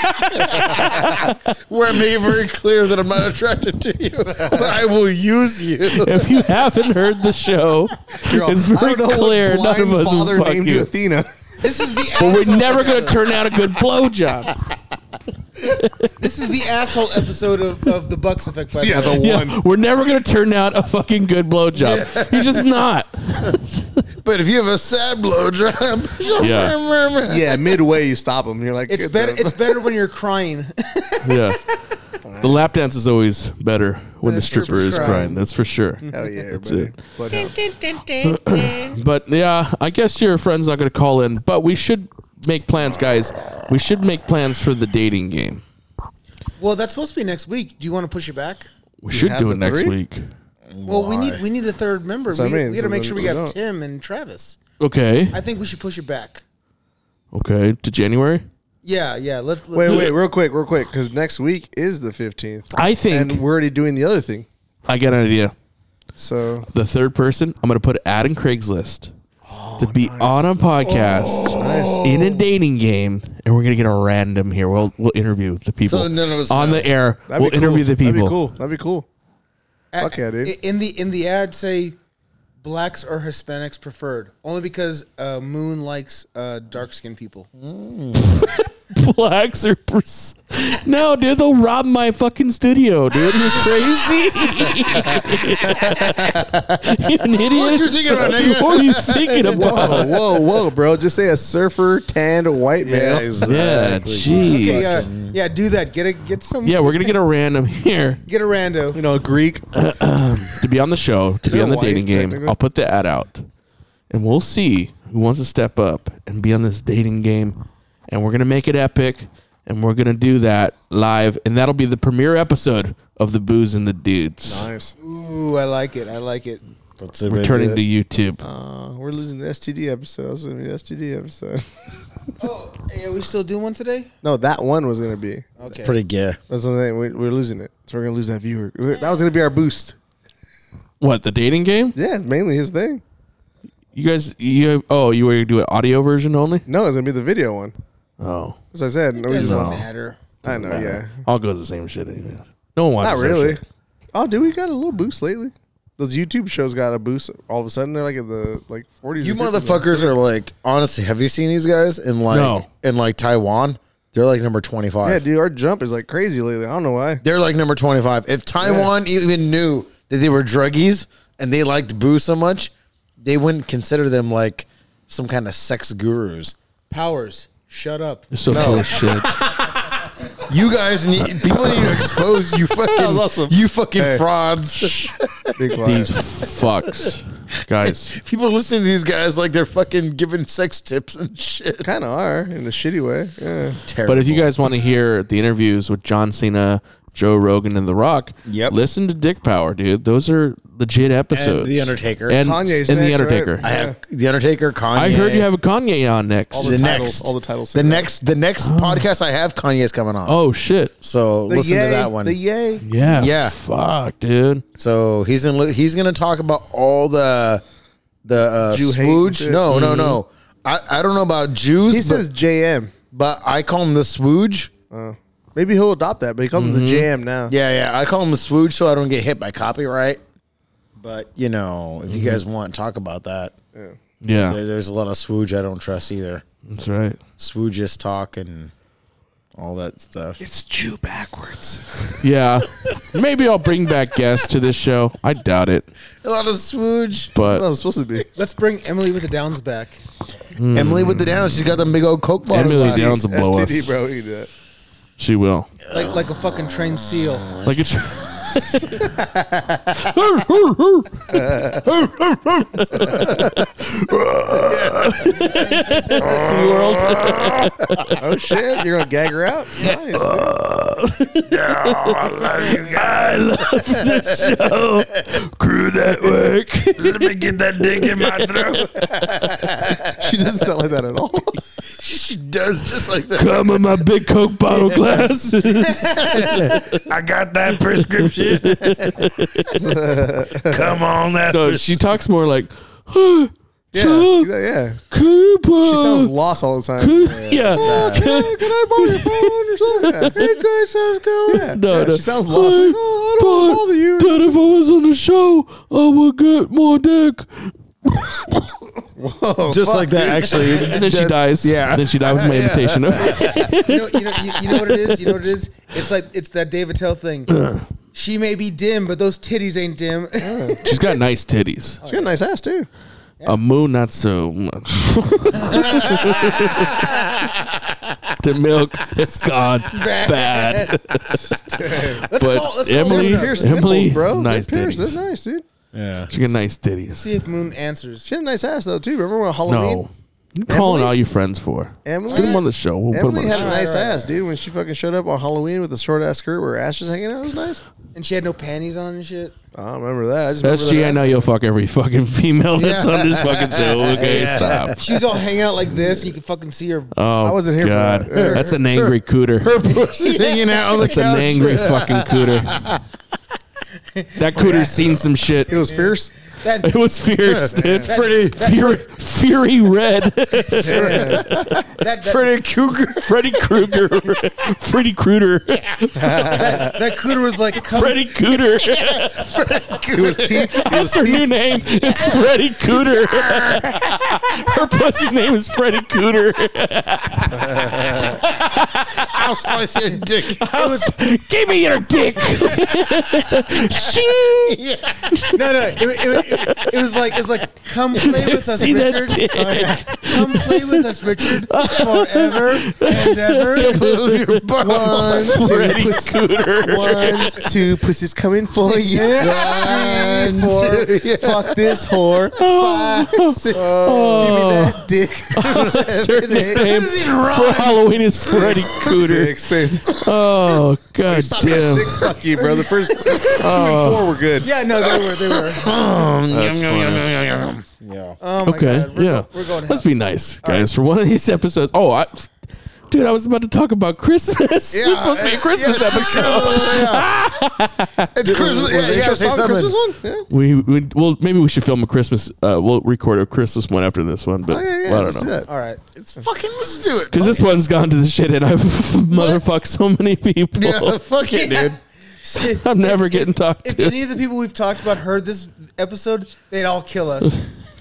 [SPEAKER 14] where I made very clear that I'm not attracted to you, but I will use you.
[SPEAKER 9] if you haven't heard the show,
[SPEAKER 11] You're all,
[SPEAKER 9] it's very
[SPEAKER 11] I don't know
[SPEAKER 9] clear
[SPEAKER 11] what
[SPEAKER 9] none
[SPEAKER 11] blind
[SPEAKER 9] of us
[SPEAKER 11] father
[SPEAKER 9] will fuck
[SPEAKER 11] named
[SPEAKER 9] you.
[SPEAKER 11] Athena.
[SPEAKER 10] This is the
[SPEAKER 9] But we're
[SPEAKER 10] asshole
[SPEAKER 9] never going to
[SPEAKER 10] episode.
[SPEAKER 9] turn out a good blowjob.
[SPEAKER 10] This is the asshole episode of, of the Bucks Effect. By the
[SPEAKER 11] yeah,
[SPEAKER 10] way.
[SPEAKER 11] the one.
[SPEAKER 9] Yeah, we're never going to turn out a fucking good blowjob. You're just not.
[SPEAKER 14] But if you have a sad blowjob,
[SPEAKER 11] Yeah. midway you stop him. You're like,
[SPEAKER 10] It's
[SPEAKER 11] "Get
[SPEAKER 10] better.
[SPEAKER 11] the-"
[SPEAKER 10] It's better when you're crying.
[SPEAKER 9] Yeah. The lap dance is always better when the
[SPEAKER 10] That's for
[SPEAKER 9] stripper is
[SPEAKER 10] sure.
[SPEAKER 9] crying. That's for sure.
[SPEAKER 11] Hell yeah,
[SPEAKER 9] That's
[SPEAKER 11] everybody.
[SPEAKER 9] it.
[SPEAKER 11] Bloodhound.
[SPEAKER 9] But yeah, I guess your friend's not going to call in, but we should make plans, guys. We should make plans for the dating game.
[SPEAKER 10] well, that's supposed to be next week. Do you want to push it back?
[SPEAKER 9] We should
[SPEAKER 11] have
[SPEAKER 9] do
[SPEAKER 11] the
[SPEAKER 9] it next
[SPEAKER 11] three?
[SPEAKER 9] week.
[SPEAKER 10] Well, we need we need a third member.
[SPEAKER 11] what
[SPEAKER 10] we,
[SPEAKER 11] I mean,
[SPEAKER 10] we got to
[SPEAKER 11] so
[SPEAKER 10] make
[SPEAKER 11] then
[SPEAKER 10] sure we
[SPEAKER 11] we
[SPEAKER 10] got
[SPEAKER 11] don't.
[SPEAKER 10] Tim and Travis.
[SPEAKER 9] Okay.
[SPEAKER 10] I think we should push it back.
[SPEAKER 9] Okay. To January?
[SPEAKER 10] Yeah, yeah. Let's let,
[SPEAKER 11] Wait, wait, real quick, real quick, because next week is the 15th.
[SPEAKER 9] I think-
[SPEAKER 11] and we're already doing the other thing.
[SPEAKER 9] I got an idea.
[SPEAKER 11] So
[SPEAKER 9] the third person, I'm going to put ad in Craigslist
[SPEAKER 11] Oh,
[SPEAKER 9] to be on a podcast in a dating game, and we're going to get a random here. We'll we'll interview the people
[SPEAKER 14] So none of us
[SPEAKER 9] on
[SPEAKER 14] know.
[SPEAKER 9] the air.
[SPEAKER 11] that'd be
[SPEAKER 9] we'll
[SPEAKER 11] cool.
[SPEAKER 9] interview the people.
[SPEAKER 11] That'd be cool. That'd be cool. Fuck yeah, dude.
[SPEAKER 10] in the in the ad say blacks or Hispanics preferred only because uh, Moon likes uh, dark skinned people.
[SPEAKER 9] Blacks are pers- no, dude. They'll rob my fucking studio, dude. You're crazy. you an idiot.
[SPEAKER 14] What you thinking about, nigga?
[SPEAKER 9] What are you thinking
[SPEAKER 11] Whoa,
[SPEAKER 9] about?
[SPEAKER 11] Oh, whoa, whoa, bro! Just say a surfer, tanned white male.
[SPEAKER 9] Yeah, jeez.
[SPEAKER 10] Okay, yeah, yeah. Do that. Get a get some.
[SPEAKER 9] Yeah, we're gonna get a random here.
[SPEAKER 10] Get a rando.
[SPEAKER 11] You know, Greek.
[SPEAKER 9] to be on the show, to be
[SPEAKER 11] They're
[SPEAKER 9] on the
[SPEAKER 11] white,
[SPEAKER 9] dating game.
[SPEAKER 11] technically.
[SPEAKER 9] I'll put the ad out, and we'll see who wants to step up and be on this dating game. And we're gonna make it epic, and we're gonna do that live, and that'll be the premiere episode of the booze and the dudes.
[SPEAKER 11] Nice.
[SPEAKER 10] Ooh, I like it. I like it.
[SPEAKER 9] Returning to YouTube.
[SPEAKER 11] Uh, we're losing the STD episode. That's gonna be the STD episode.
[SPEAKER 10] Hey, are we still doing one today?
[SPEAKER 11] no, that one was gonna be.
[SPEAKER 10] Okay.
[SPEAKER 11] That's
[SPEAKER 14] pretty gay.
[SPEAKER 11] That's something we, we're losing it. So we're gonna lose that viewer. We're- That was gonna be our boost.
[SPEAKER 9] What the dating game?
[SPEAKER 11] Yeah, it's mainly his thing.
[SPEAKER 9] You guys, you oh, you were gonna do an audio version only?
[SPEAKER 11] No, it's gonna be the video one.
[SPEAKER 9] Oh,
[SPEAKER 11] As I said, no, we just-
[SPEAKER 9] doesn't
[SPEAKER 10] matter.
[SPEAKER 11] I know.
[SPEAKER 9] Doesn't
[SPEAKER 11] Yeah.
[SPEAKER 9] matter. all goes the same shit anyway. No one
[SPEAKER 11] Not
[SPEAKER 9] watches. that
[SPEAKER 11] really.
[SPEAKER 9] shit.
[SPEAKER 11] Oh, dude, we got a little boost lately. Those YouTube shows got a boost. All of a sudden, they're like in the like forties.
[SPEAKER 14] You motherfuckers are like, honestly, have you seen these guys in like
[SPEAKER 11] No.
[SPEAKER 14] in like Taiwan? They're like number twenty
[SPEAKER 11] Yeah,
[SPEAKER 14] five.
[SPEAKER 11] dude, our jump is like crazy lately. I don't know why.
[SPEAKER 14] They're like number twenty five. If Taiwan even knew that they were druggies and they liked boo so much, they wouldn't consider them like some kind of sex gurus.
[SPEAKER 10] Powers, shut up.
[SPEAKER 9] You're so full of shit.
[SPEAKER 14] You guys need people need to expose you fucking you fucking
[SPEAKER 11] Hey.
[SPEAKER 14] frauds.
[SPEAKER 9] These fucks, guys.
[SPEAKER 14] people listening to these guys like they're fucking giving sex tips and shit.
[SPEAKER 11] Kind of are in a shitty way. Yeah.
[SPEAKER 9] But if you guys want to hear the interviews with John Cena, Joe Rogan, and The Rock,
[SPEAKER 14] yep.
[SPEAKER 9] listen to Dick Power, dude. Those are legit episodes.
[SPEAKER 14] The Undertaker
[SPEAKER 9] and, and The Undertaker.
[SPEAKER 14] I have The Undertaker. Kanye.
[SPEAKER 9] I heard you have a Kanye on next.
[SPEAKER 14] the, next, The next, the next podcast I have, Kanye is coming on.
[SPEAKER 9] Oh shit!
[SPEAKER 14] So
[SPEAKER 11] The
[SPEAKER 14] listen
[SPEAKER 11] yay,
[SPEAKER 14] to that one.
[SPEAKER 11] The yay.
[SPEAKER 9] Yeah.
[SPEAKER 14] yeah.
[SPEAKER 9] Fuck, dude.
[SPEAKER 14] So he's gonna li- he's gonna talk about all the the uh,
[SPEAKER 11] Jew hate and
[SPEAKER 14] swooge.
[SPEAKER 11] shit.
[SPEAKER 14] No, no,
[SPEAKER 11] Mhm.
[SPEAKER 14] no. I, I don't know about Jews.
[SPEAKER 11] He
[SPEAKER 14] but,
[SPEAKER 11] says JM.
[SPEAKER 14] but I call him the swooge. Mm-hmm.
[SPEAKER 11] Uh, maybe he'll adopt that, but he calls him the JM now.
[SPEAKER 14] Yeah, yeah. I call him the swooge so I don't get hit by copyright. But you know, if
[SPEAKER 9] Mm-hmm.
[SPEAKER 14] you guys want, talk about that. Yeah,
[SPEAKER 9] Yeah.
[SPEAKER 14] There, there's a lot of swooge I don't trust either.
[SPEAKER 9] That's right.
[SPEAKER 14] Swoogist talk and all that stuff.
[SPEAKER 11] It's Jew backwards.
[SPEAKER 9] Yeah. Maybe I'll bring back guests to this show. I doubt it.
[SPEAKER 14] A lot of swooge.
[SPEAKER 9] But-
[SPEAKER 11] that was supposed to be.
[SPEAKER 10] Let's bring Emily with the Downs back.
[SPEAKER 14] Emily with the downs, she's got them big old Coke bottles.
[SPEAKER 9] Emily
[SPEAKER 14] glasses.
[SPEAKER 9] Downs will blow STD, us. bro,
[SPEAKER 11] he did that.
[SPEAKER 9] She will.
[SPEAKER 10] Like like a fucking trained seal.
[SPEAKER 9] Like it's.
[SPEAKER 11] SeaWorld. oh shit! You're gonna gag her out. Nice.
[SPEAKER 14] I love Oh, you guys.
[SPEAKER 11] I love
[SPEAKER 14] this
[SPEAKER 11] show.
[SPEAKER 9] Crew Network.
[SPEAKER 14] Let me get that dick in my throat.
[SPEAKER 11] she doesn't sound like that at all.
[SPEAKER 14] she does just like that.
[SPEAKER 9] Come in my big Coke bottle glasses.
[SPEAKER 14] I got that prescription. Come on, that.
[SPEAKER 9] No, she talks more like.
[SPEAKER 11] Yeah,
[SPEAKER 9] Chuck,
[SPEAKER 11] yeah, yeah.
[SPEAKER 9] Cooper.
[SPEAKER 11] She sounds lost all the time.
[SPEAKER 9] Yeah.
[SPEAKER 11] Oh, can, I, can I borrow your phone or something? hey guys, how's it going? Yeah,
[SPEAKER 9] No,
[SPEAKER 11] yeah,
[SPEAKER 9] no.
[SPEAKER 11] She sounds lost.
[SPEAKER 9] Hey,
[SPEAKER 11] oh, I don't want to bother you.
[SPEAKER 9] Dad, if I was on the show, I would get more dick.
[SPEAKER 11] Whoa,
[SPEAKER 14] Just
[SPEAKER 11] Oh, fuck,
[SPEAKER 14] like that,
[SPEAKER 11] dude.
[SPEAKER 14] actually.
[SPEAKER 9] And then she dies. Yeah. And then she dies. Was my invitation.
[SPEAKER 10] you know, you know, you, you know what it is. You know what it is. It's like it's that David Tell thing. she may be dim, but those titties ain't dim.
[SPEAKER 9] She's got nice titties.
[SPEAKER 11] She got a nice ass too.
[SPEAKER 9] A moo, not so much. the milk is gone bad.
[SPEAKER 10] Let's
[SPEAKER 9] but
[SPEAKER 10] call- let's call
[SPEAKER 9] Emily,
[SPEAKER 10] David up. Pierce
[SPEAKER 9] Emily,
[SPEAKER 11] nipples, bro.
[SPEAKER 9] nice
[SPEAKER 11] They're pierced.
[SPEAKER 9] titties.
[SPEAKER 11] That's nice, dude.
[SPEAKER 14] Yeah.
[SPEAKER 9] She got nice titties.
[SPEAKER 10] See if Moon answers.
[SPEAKER 11] She had a nice ass though too. Remember when Halloween?
[SPEAKER 9] No. You calling all you friends for?
[SPEAKER 11] Emily?
[SPEAKER 9] Let's Get them on the show. We'll put
[SPEAKER 11] Emily
[SPEAKER 9] them on the
[SPEAKER 11] had
[SPEAKER 9] show.
[SPEAKER 11] a nice ass, dude. When she fucking showed up on Halloween with a short ass skirt where her ass was hanging out, it was nice.
[SPEAKER 10] and she had no panties on and shit.
[SPEAKER 11] I don't remember that. I just remember
[SPEAKER 9] SG, I
[SPEAKER 11] that.
[SPEAKER 9] know you'll fuck every fucking female that's on this fucking show. Okay, stop.
[SPEAKER 10] She was all hanging out like this. And you could fucking see her.
[SPEAKER 9] Oh,
[SPEAKER 11] I wasn't here for
[SPEAKER 9] God.
[SPEAKER 11] that. Her-
[SPEAKER 9] That's an angry cooter.
[SPEAKER 14] Her pussy's hanging out on the
[SPEAKER 9] That's an
[SPEAKER 14] couch.
[SPEAKER 9] angry fucking cooter. That cooter's seen some shit.
[SPEAKER 11] It was fierce.
[SPEAKER 10] That,
[SPEAKER 9] It was fierce, dude.
[SPEAKER 14] Pretty-
[SPEAKER 9] fury, fury red.
[SPEAKER 10] that, that,
[SPEAKER 14] Freddy Cougar.
[SPEAKER 9] Freddy Krueger. Freddy Krueger.
[SPEAKER 10] that, that cooter was like, come,
[SPEAKER 9] Freddy Cooter.
[SPEAKER 11] It was teeth. It was
[SPEAKER 9] That's her new
[SPEAKER 11] teeth.
[SPEAKER 9] name. It's Freddy Cooter. her pussy's name is Freddy Cooter.
[SPEAKER 14] I'll slice your dick.
[SPEAKER 9] Give me your dick. Shing.
[SPEAKER 10] no, no, it, wa- it, wa- it, It was like it's like come play with us,
[SPEAKER 13] See that
[SPEAKER 10] Richard.
[SPEAKER 13] dick?
[SPEAKER 10] Oh, yeah. Come play with us, Richard, forever and ever. One, two,
[SPEAKER 11] Freddy
[SPEAKER 10] puss-
[SPEAKER 11] Cooter.
[SPEAKER 10] one, two, pussy's coming for you.
[SPEAKER 11] Yeah.
[SPEAKER 10] One, four,
[SPEAKER 11] Yeah.
[SPEAKER 10] fuck this whore.
[SPEAKER 9] Oh.
[SPEAKER 10] Five, six, give me that dick.
[SPEAKER 9] Certain
[SPEAKER 10] Seven, eight.
[SPEAKER 9] Oh, name
[SPEAKER 10] Doesn't even
[SPEAKER 9] for
[SPEAKER 10] rhyme.
[SPEAKER 9] Halloween is Freddy Cooter. Oh god
[SPEAKER 11] Stop at
[SPEAKER 9] damn!
[SPEAKER 11] six, fuck you, bro. The first two
[SPEAKER 9] Oh.
[SPEAKER 11] and four were good.
[SPEAKER 10] Yeah, no, they were, they were.
[SPEAKER 9] That's
[SPEAKER 11] yum, yum,
[SPEAKER 9] funny.
[SPEAKER 11] yum, yum,
[SPEAKER 14] Yeah.
[SPEAKER 10] Oh my
[SPEAKER 9] okay,
[SPEAKER 10] God. We're
[SPEAKER 9] yeah.
[SPEAKER 10] go- we're going to
[SPEAKER 9] Let's be nice, guys. For one of these episodes. Oh, I, dude, I was about to talk about Christmas. this
[SPEAKER 11] Yeah,
[SPEAKER 9] is supposed to be a
[SPEAKER 10] eh,
[SPEAKER 11] yeah,
[SPEAKER 9] Christmas
[SPEAKER 11] yeah,
[SPEAKER 9] episode.
[SPEAKER 11] yeah, yeah. It's Christmas.
[SPEAKER 14] was
[SPEAKER 11] Yeah,
[SPEAKER 14] they
[SPEAKER 11] you
[SPEAKER 14] trying
[SPEAKER 11] got
[SPEAKER 14] to say
[SPEAKER 11] a song
[SPEAKER 14] something?
[SPEAKER 11] Christmas one? Yeah.
[SPEAKER 9] We, we well maybe we should film a Christmas. Uh, we'll record a Christmas one after this one, but
[SPEAKER 11] Oh, yeah, yeah,
[SPEAKER 9] I
[SPEAKER 11] let's
[SPEAKER 9] don't
[SPEAKER 11] do
[SPEAKER 9] know.
[SPEAKER 11] that. All
[SPEAKER 10] right.
[SPEAKER 11] It's fucking, let's do it.
[SPEAKER 9] Because this one's gone to the shit, and I've motherfucked so many people.
[SPEAKER 11] Yeah, fuck it,
[SPEAKER 9] Yeah.
[SPEAKER 10] See,
[SPEAKER 9] I'm never getting talked
[SPEAKER 10] If
[SPEAKER 9] to.
[SPEAKER 10] any of the people we've talked about heard this episode, they'd all kill us.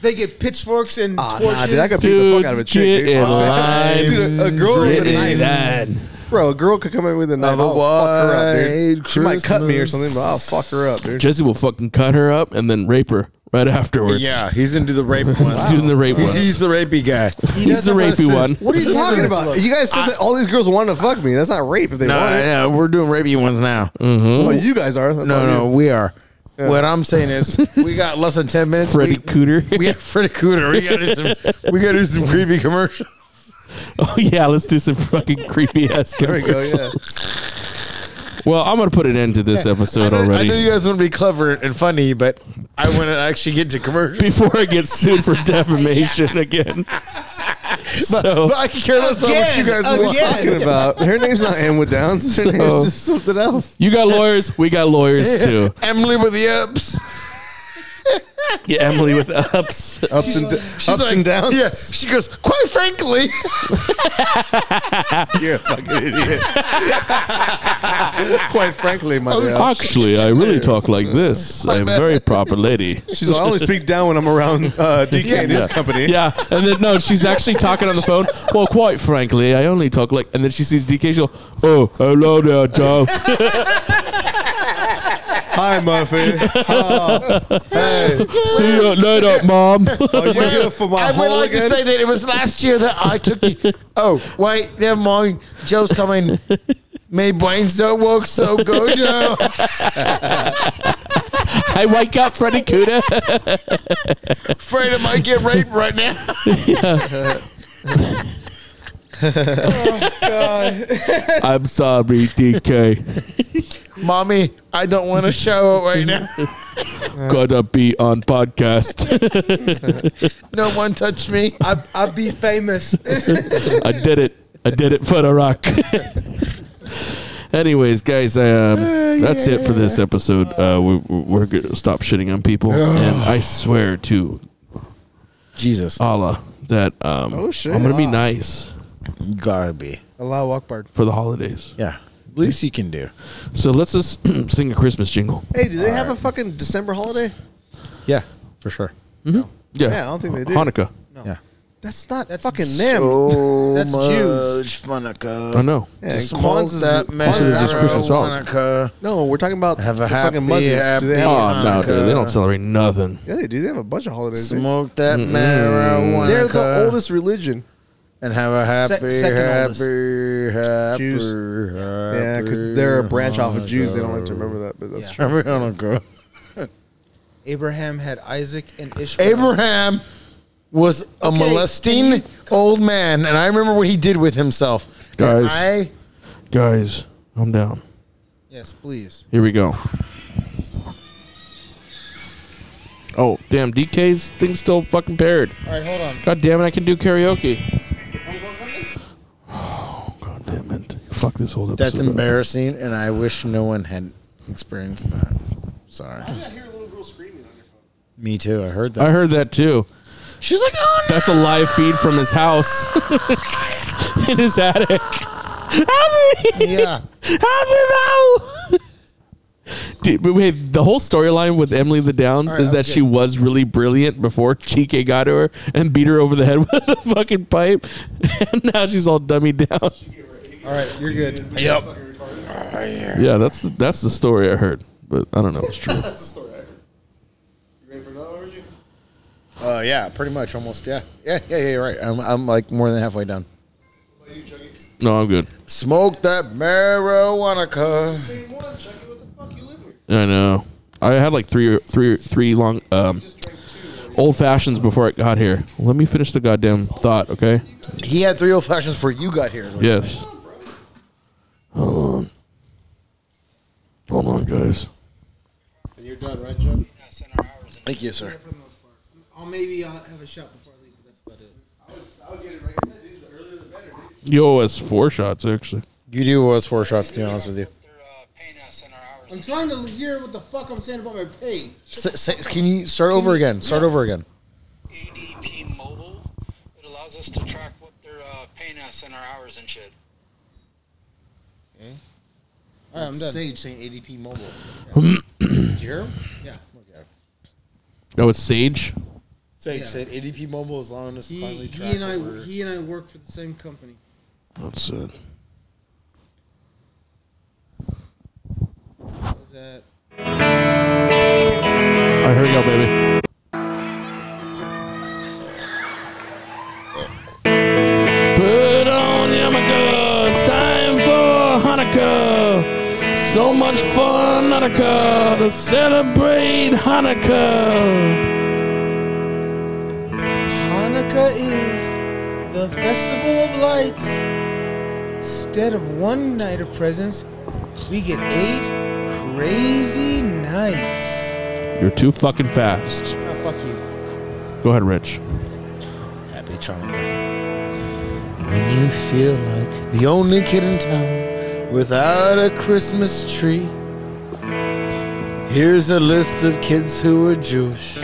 [SPEAKER 10] they get pitchforks and torches.
[SPEAKER 11] Ah, Nah, dude, I could beat the fuck out of a chick, dude.
[SPEAKER 9] Dude, get in
[SPEAKER 11] Fuck that.
[SPEAKER 9] line.
[SPEAKER 11] Dude, a, a girl with
[SPEAKER 9] Get
[SPEAKER 11] a
[SPEAKER 9] in
[SPEAKER 11] knife.
[SPEAKER 9] line.
[SPEAKER 11] Bro, a girl could come in with a knife. I'll fuck her up, dude.
[SPEAKER 14] wide
[SPEAKER 11] She might cut me or
[SPEAKER 14] Christmas.
[SPEAKER 11] something, but I'll fuck her up, dude.
[SPEAKER 9] Jesse will fucking cut her up and then rape her right afterwards.
[SPEAKER 14] Yeah, he's into the rape one.
[SPEAKER 9] He's doing the rape
[SPEAKER 14] He's-
[SPEAKER 9] ones.
[SPEAKER 14] He's the rapey guy.
[SPEAKER 9] He's the rapey one.
[SPEAKER 11] What are you talking about? You guys said that all these girls wanted to fuck me. That's not rape if they
[SPEAKER 14] No,
[SPEAKER 11] want
[SPEAKER 14] I
[SPEAKER 11] it.
[SPEAKER 14] know. We're doing rapey ones now.
[SPEAKER 11] Oh, you guys are. That's
[SPEAKER 14] No,
[SPEAKER 11] all
[SPEAKER 14] no,
[SPEAKER 11] you.
[SPEAKER 14] we are.
[SPEAKER 11] Yeah.
[SPEAKER 14] What I'm saying is, we got less than ten minutes.
[SPEAKER 9] Freddy
[SPEAKER 14] we,
[SPEAKER 9] Cooter.
[SPEAKER 14] we got Freddy Cooter. We got to do some. We got to do some creepy commercials.
[SPEAKER 9] Oh yeah, let's do some fucking creepy ass
[SPEAKER 11] There we go, yeah.
[SPEAKER 9] Well, I'm gonna put an end to this
[SPEAKER 14] I
[SPEAKER 9] episode
[SPEAKER 14] know, I
[SPEAKER 9] already
[SPEAKER 14] know you guys want to be clever and funny, but I want to actually get to commercials.
[SPEAKER 9] before I get sued for defamation again.
[SPEAKER 14] But,
[SPEAKER 9] so
[SPEAKER 14] but I could care less about what you guys
[SPEAKER 11] What are
[SPEAKER 14] want.
[SPEAKER 11] you talking about? Her name's not Anwood Downs. Her
[SPEAKER 9] So-
[SPEAKER 11] name's just something else.
[SPEAKER 9] you got lawyers, we got lawyers too.
[SPEAKER 14] Emily with the ups.
[SPEAKER 9] Yeah, Emily with ups.
[SPEAKER 11] Ups and, d- ups
[SPEAKER 14] like,
[SPEAKER 11] and downs.
[SPEAKER 14] Yeah, she goes. Quite frankly,
[SPEAKER 11] You're a fucking idiot. Quite frankly, my dear.
[SPEAKER 9] Actually, I really talk like this. I'm very proper lady.
[SPEAKER 11] She's like, I only speak down when I'm around uh, DK and his
[SPEAKER 9] Yeah.
[SPEAKER 11] company.
[SPEAKER 9] Yeah, and then no, she's actually talking on the phone. Well, quite frankly, I only talk like. And then she sees DK. She'll, oh, hello there, Joe.
[SPEAKER 11] Hi, Murphy. Oh, hey.
[SPEAKER 9] See you later, mom.
[SPEAKER 11] Are you here for my
[SPEAKER 14] I would
[SPEAKER 11] hole
[SPEAKER 14] like
[SPEAKER 11] again?
[SPEAKER 14] to say that it was last year that I took you. Oh, wait, never mind. Joe's coming. My brains don't work so good now.
[SPEAKER 9] I wake up, Freddy Cooter.
[SPEAKER 14] Afraid I might get raped right now.
[SPEAKER 9] I'm sorry, DK.
[SPEAKER 14] Mommy, I don't want to shower right now.
[SPEAKER 9] Gotta be on podcast.
[SPEAKER 14] No one touched me.
[SPEAKER 10] I, I'd be famous.
[SPEAKER 9] I did it. I did it for the rock. Anyways, guys, um, that's it for this episode. Uh, we, we're gonna stop shitting on people, and I swear to
[SPEAKER 14] Jesus.
[SPEAKER 9] Allah that um,
[SPEAKER 11] Oh, shit.
[SPEAKER 9] I'm gonna be nice
[SPEAKER 14] You gotta be.
[SPEAKER 10] Allah Akbar.
[SPEAKER 9] for the holidays.
[SPEAKER 14] Yeah. Least you can do.
[SPEAKER 9] So let's just sing a Christmas jingle.
[SPEAKER 11] Hey, do they have a fucking December holiday?
[SPEAKER 14] Yeah, for sure.
[SPEAKER 9] Yeah,
[SPEAKER 11] Yeah, I don't think they do.
[SPEAKER 9] Hanukkah.
[SPEAKER 14] Yeah.
[SPEAKER 11] That's not
[SPEAKER 10] That's
[SPEAKER 11] fucking them.
[SPEAKER 14] So
[SPEAKER 10] That's Jews.
[SPEAKER 14] Funaka.
[SPEAKER 9] I know.
[SPEAKER 11] Yeah,
[SPEAKER 14] Just
[SPEAKER 11] Kwanzaa's-
[SPEAKER 14] want that
[SPEAKER 11] Kwanzaa's
[SPEAKER 9] is just Christmas song.
[SPEAKER 14] marijuana.
[SPEAKER 11] No, we're talking about
[SPEAKER 14] Have a
[SPEAKER 11] the
[SPEAKER 14] happy,
[SPEAKER 11] fucking Muslims. do they
[SPEAKER 14] happy
[SPEAKER 11] have
[SPEAKER 9] Oh no, dude, they don't
[SPEAKER 14] Hanukkah.
[SPEAKER 9] celebrate nothing.
[SPEAKER 11] Yeah, they do. They have a bunch of holidays. dude.
[SPEAKER 14] Smoke that marijuana.
[SPEAKER 11] They're the oldest religion.
[SPEAKER 14] And have a happy,
[SPEAKER 10] second oldest.
[SPEAKER 14] happy, happy,
[SPEAKER 11] Jews.
[SPEAKER 14] happy.
[SPEAKER 11] Yeah, because they're a branch off of Jews. They don't like to remember that, but that's
[SPEAKER 10] Yeah.
[SPEAKER 11] true.
[SPEAKER 14] Happy Hanukkah.
[SPEAKER 10] Abraham had Isaac and Ishmael.
[SPEAKER 14] Abraham was a
[SPEAKER 10] Okay,
[SPEAKER 14] molesting
[SPEAKER 10] can you-
[SPEAKER 14] old man, and I remember what he did with himself. And
[SPEAKER 9] Guys.
[SPEAKER 14] I,
[SPEAKER 9] Guys, calm down.
[SPEAKER 10] Yes, please.
[SPEAKER 9] Here we go. Oh damn, DK's thing's still fucking paired.
[SPEAKER 10] All right, hold on.
[SPEAKER 9] God damn it, I can do karaoke. Oh, God damn it. Fuck this whole episode.
[SPEAKER 14] that's
[SPEAKER 9] up.
[SPEAKER 14] embarrassing, and I wish no one had experienced that. Sorry.
[SPEAKER 11] I hear a little girl screaming on your phone.
[SPEAKER 14] Me too. I heard that.
[SPEAKER 9] I heard that too.
[SPEAKER 14] She's like, oh no.
[SPEAKER 9] That's a live feed from his house in his attic. Help me!
[SPEAKER 14] Yeah.
[SPEAKER 9] Help me now! Dude, but wait, the whole storyline with Emily the Downs
[SPEAKER 10] All right,
[SPEAKER 9] is
[SPEAKER 10] I'm
[SPEAKER 9] that
[SPEAKER 10] good.
[SPEAKER 9] she was really brilliant before Chike got to her and beat her over the head with a fucking pipe, and now she's all dummy down.
[SPEAKER 10] All right, you're good.
[SPEAKER 9] Yep. Yeah, that's the, that's the story I heard, but I don't know if it's true.
[SPEAKER 11] You ready for another one?
[SPEAKER 14] Uh, yeah, pretty much, almost. Yeah, yeah, yeah, yeah. You're right. I'm, I'm like more than halfway done.
[SPEAKER 9] No, I'm good.
[SPEAKER 14] Smoke that marijuana, cuz.
[SPEAKER 9] I know. I had like three, three, three long um, old fashions before I got here. Let me finish the goddamn thought, okay?
[SPEAKER 14] He had three old fashions before you got here. is what I'm saying.
[SPEAKER 9] Yes. Hold on. Hold on, guys.
[SPEAKER 13] And you're done, right, Joe?
[SPEAKER 14] Thank you, sir.
[SPEAKER 10] I'll maybe I'll have a shot before I leave, but that's about it.
[SPEAKER 9] You owe us four shots, actually.
[SPEAKER 14] You do owe us four shots, to be honest with you.
[SPEAKER 10] I'm trying to hear what the fuck I'm saying about my pay.
[SPEAKER 14] S- s- can you start over again? Start over again.
[SPEAKER 15] allows us to track what they're uh, paying us and our hours and shit.
[SPEAKER 14] Okay.
[SPEAKER 10] All right, I'm done.
[SPEAKER 14] Sage saying ADP Mobile. Did you hear him?
[SPEAKER 10] Yeah.
[SPEAKER 14] Okay.
[SPEAKER 9] No, it's Sage.
[SPEAKER 14] Sage said ADP Mobile is allowing us to finally track.
[SPEAKER 10] He and I,
[SPEAKER 14] what we're-
[SPEAKER 10] he and I work for the same company.
[SPEAKER 9] That's it.
[SPEAKER 10] Was that?
[SPEAKER 9] All right, here we go, baby. Put on yarmulke. It's time for Hanukkah. So much fun, Hanukkah, to celebrate Hanukkah.
[SPEAKER 10] Hanukkah is the festival of lights. Instead of one night of presents, we get eight crazy nights.
[SPEAKER 9] You're too fucking fast.
[SPEAKER 10] Oh, fuck you.
[SPEAKER 9] Go ahead, Rich.
[SPEAKER 14] Happy Chanukah. When you feel like the only kid in town without a Christmas tree, here's a list of kids who are Jewish,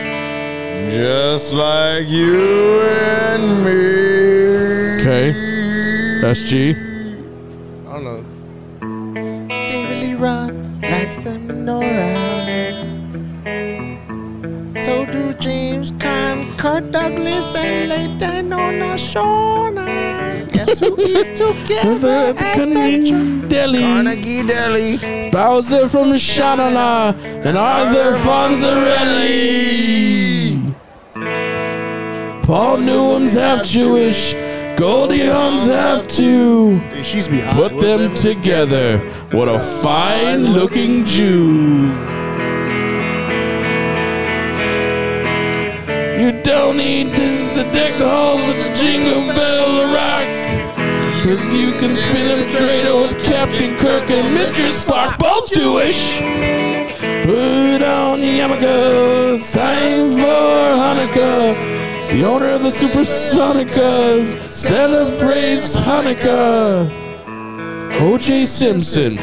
[SPEAKER 14] just like you and me.
[SPEAKER 9] Okay. SG.
[SPEAKER 11] I don't know.
[SPEAKER 13] David Lee Roth lights the menorah. So do James Caan, Kirk Douglas, and Leighton on a Shona. Guess who is together at the church?
[SPEAKER 9] Deli.
[SPEAKER 14] Carnegie Deli.
[SPEAKER 9] Bowser from Shanana and Arthur Fonzarelli. Paul Newham's half Jewish. Goldie Hawn's half too. Put them together. What a fine looking Jew. You don't need this to deck the halls of the jingle bell rock. Cause you can spin them traitor with Captain Kirk and Mr. Spock, both Jewish. Put on the yarmulke, it's time for Hanukkah. The owner of the Supersonicas celebrates Hanukkah. O.J. Simpson,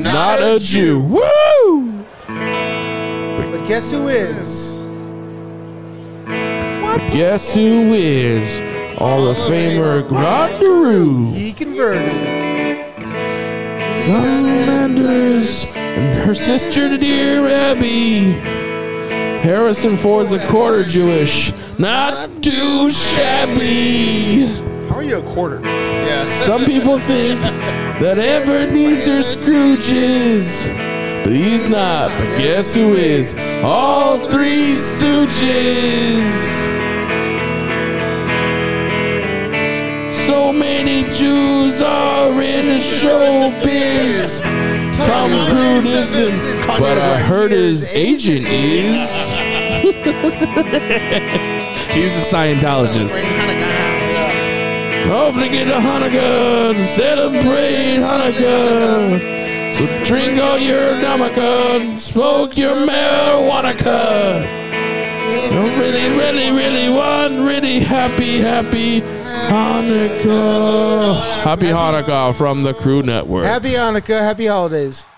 [SPEAKER 9] not a Jew. Woo!
[SPEAKER 10] But guess who is?
[SPEAKER 9] Guess who is Hall of Famer Grondaroo?
[SPEAKER 10] He converted.
[SPEAKER 9] John Landers and her sister, dear Abby. Harrison Ford's a quarter Jewish, not too shabby.
[SPEAKER 11] How are you a quarter? Yeah.
[SPEAKER 9] Some people think that Ebenezer Scrooge is, but he's not. But guess who is? All three Stooges. So many Jews are in the showbiz. Tom Cruise isn't, but I heard his agent is. He's a Scientologist. Obligate to Hanukkah to celebrate Hanukkah. So drink all your Namaka and smoke your marijuana. Really, really, really one really happy, happy Hanukkah. Happy Hanukkah from the Crew Network.
[SPEAKER 10] Happy Hanukkah. Happy holidays.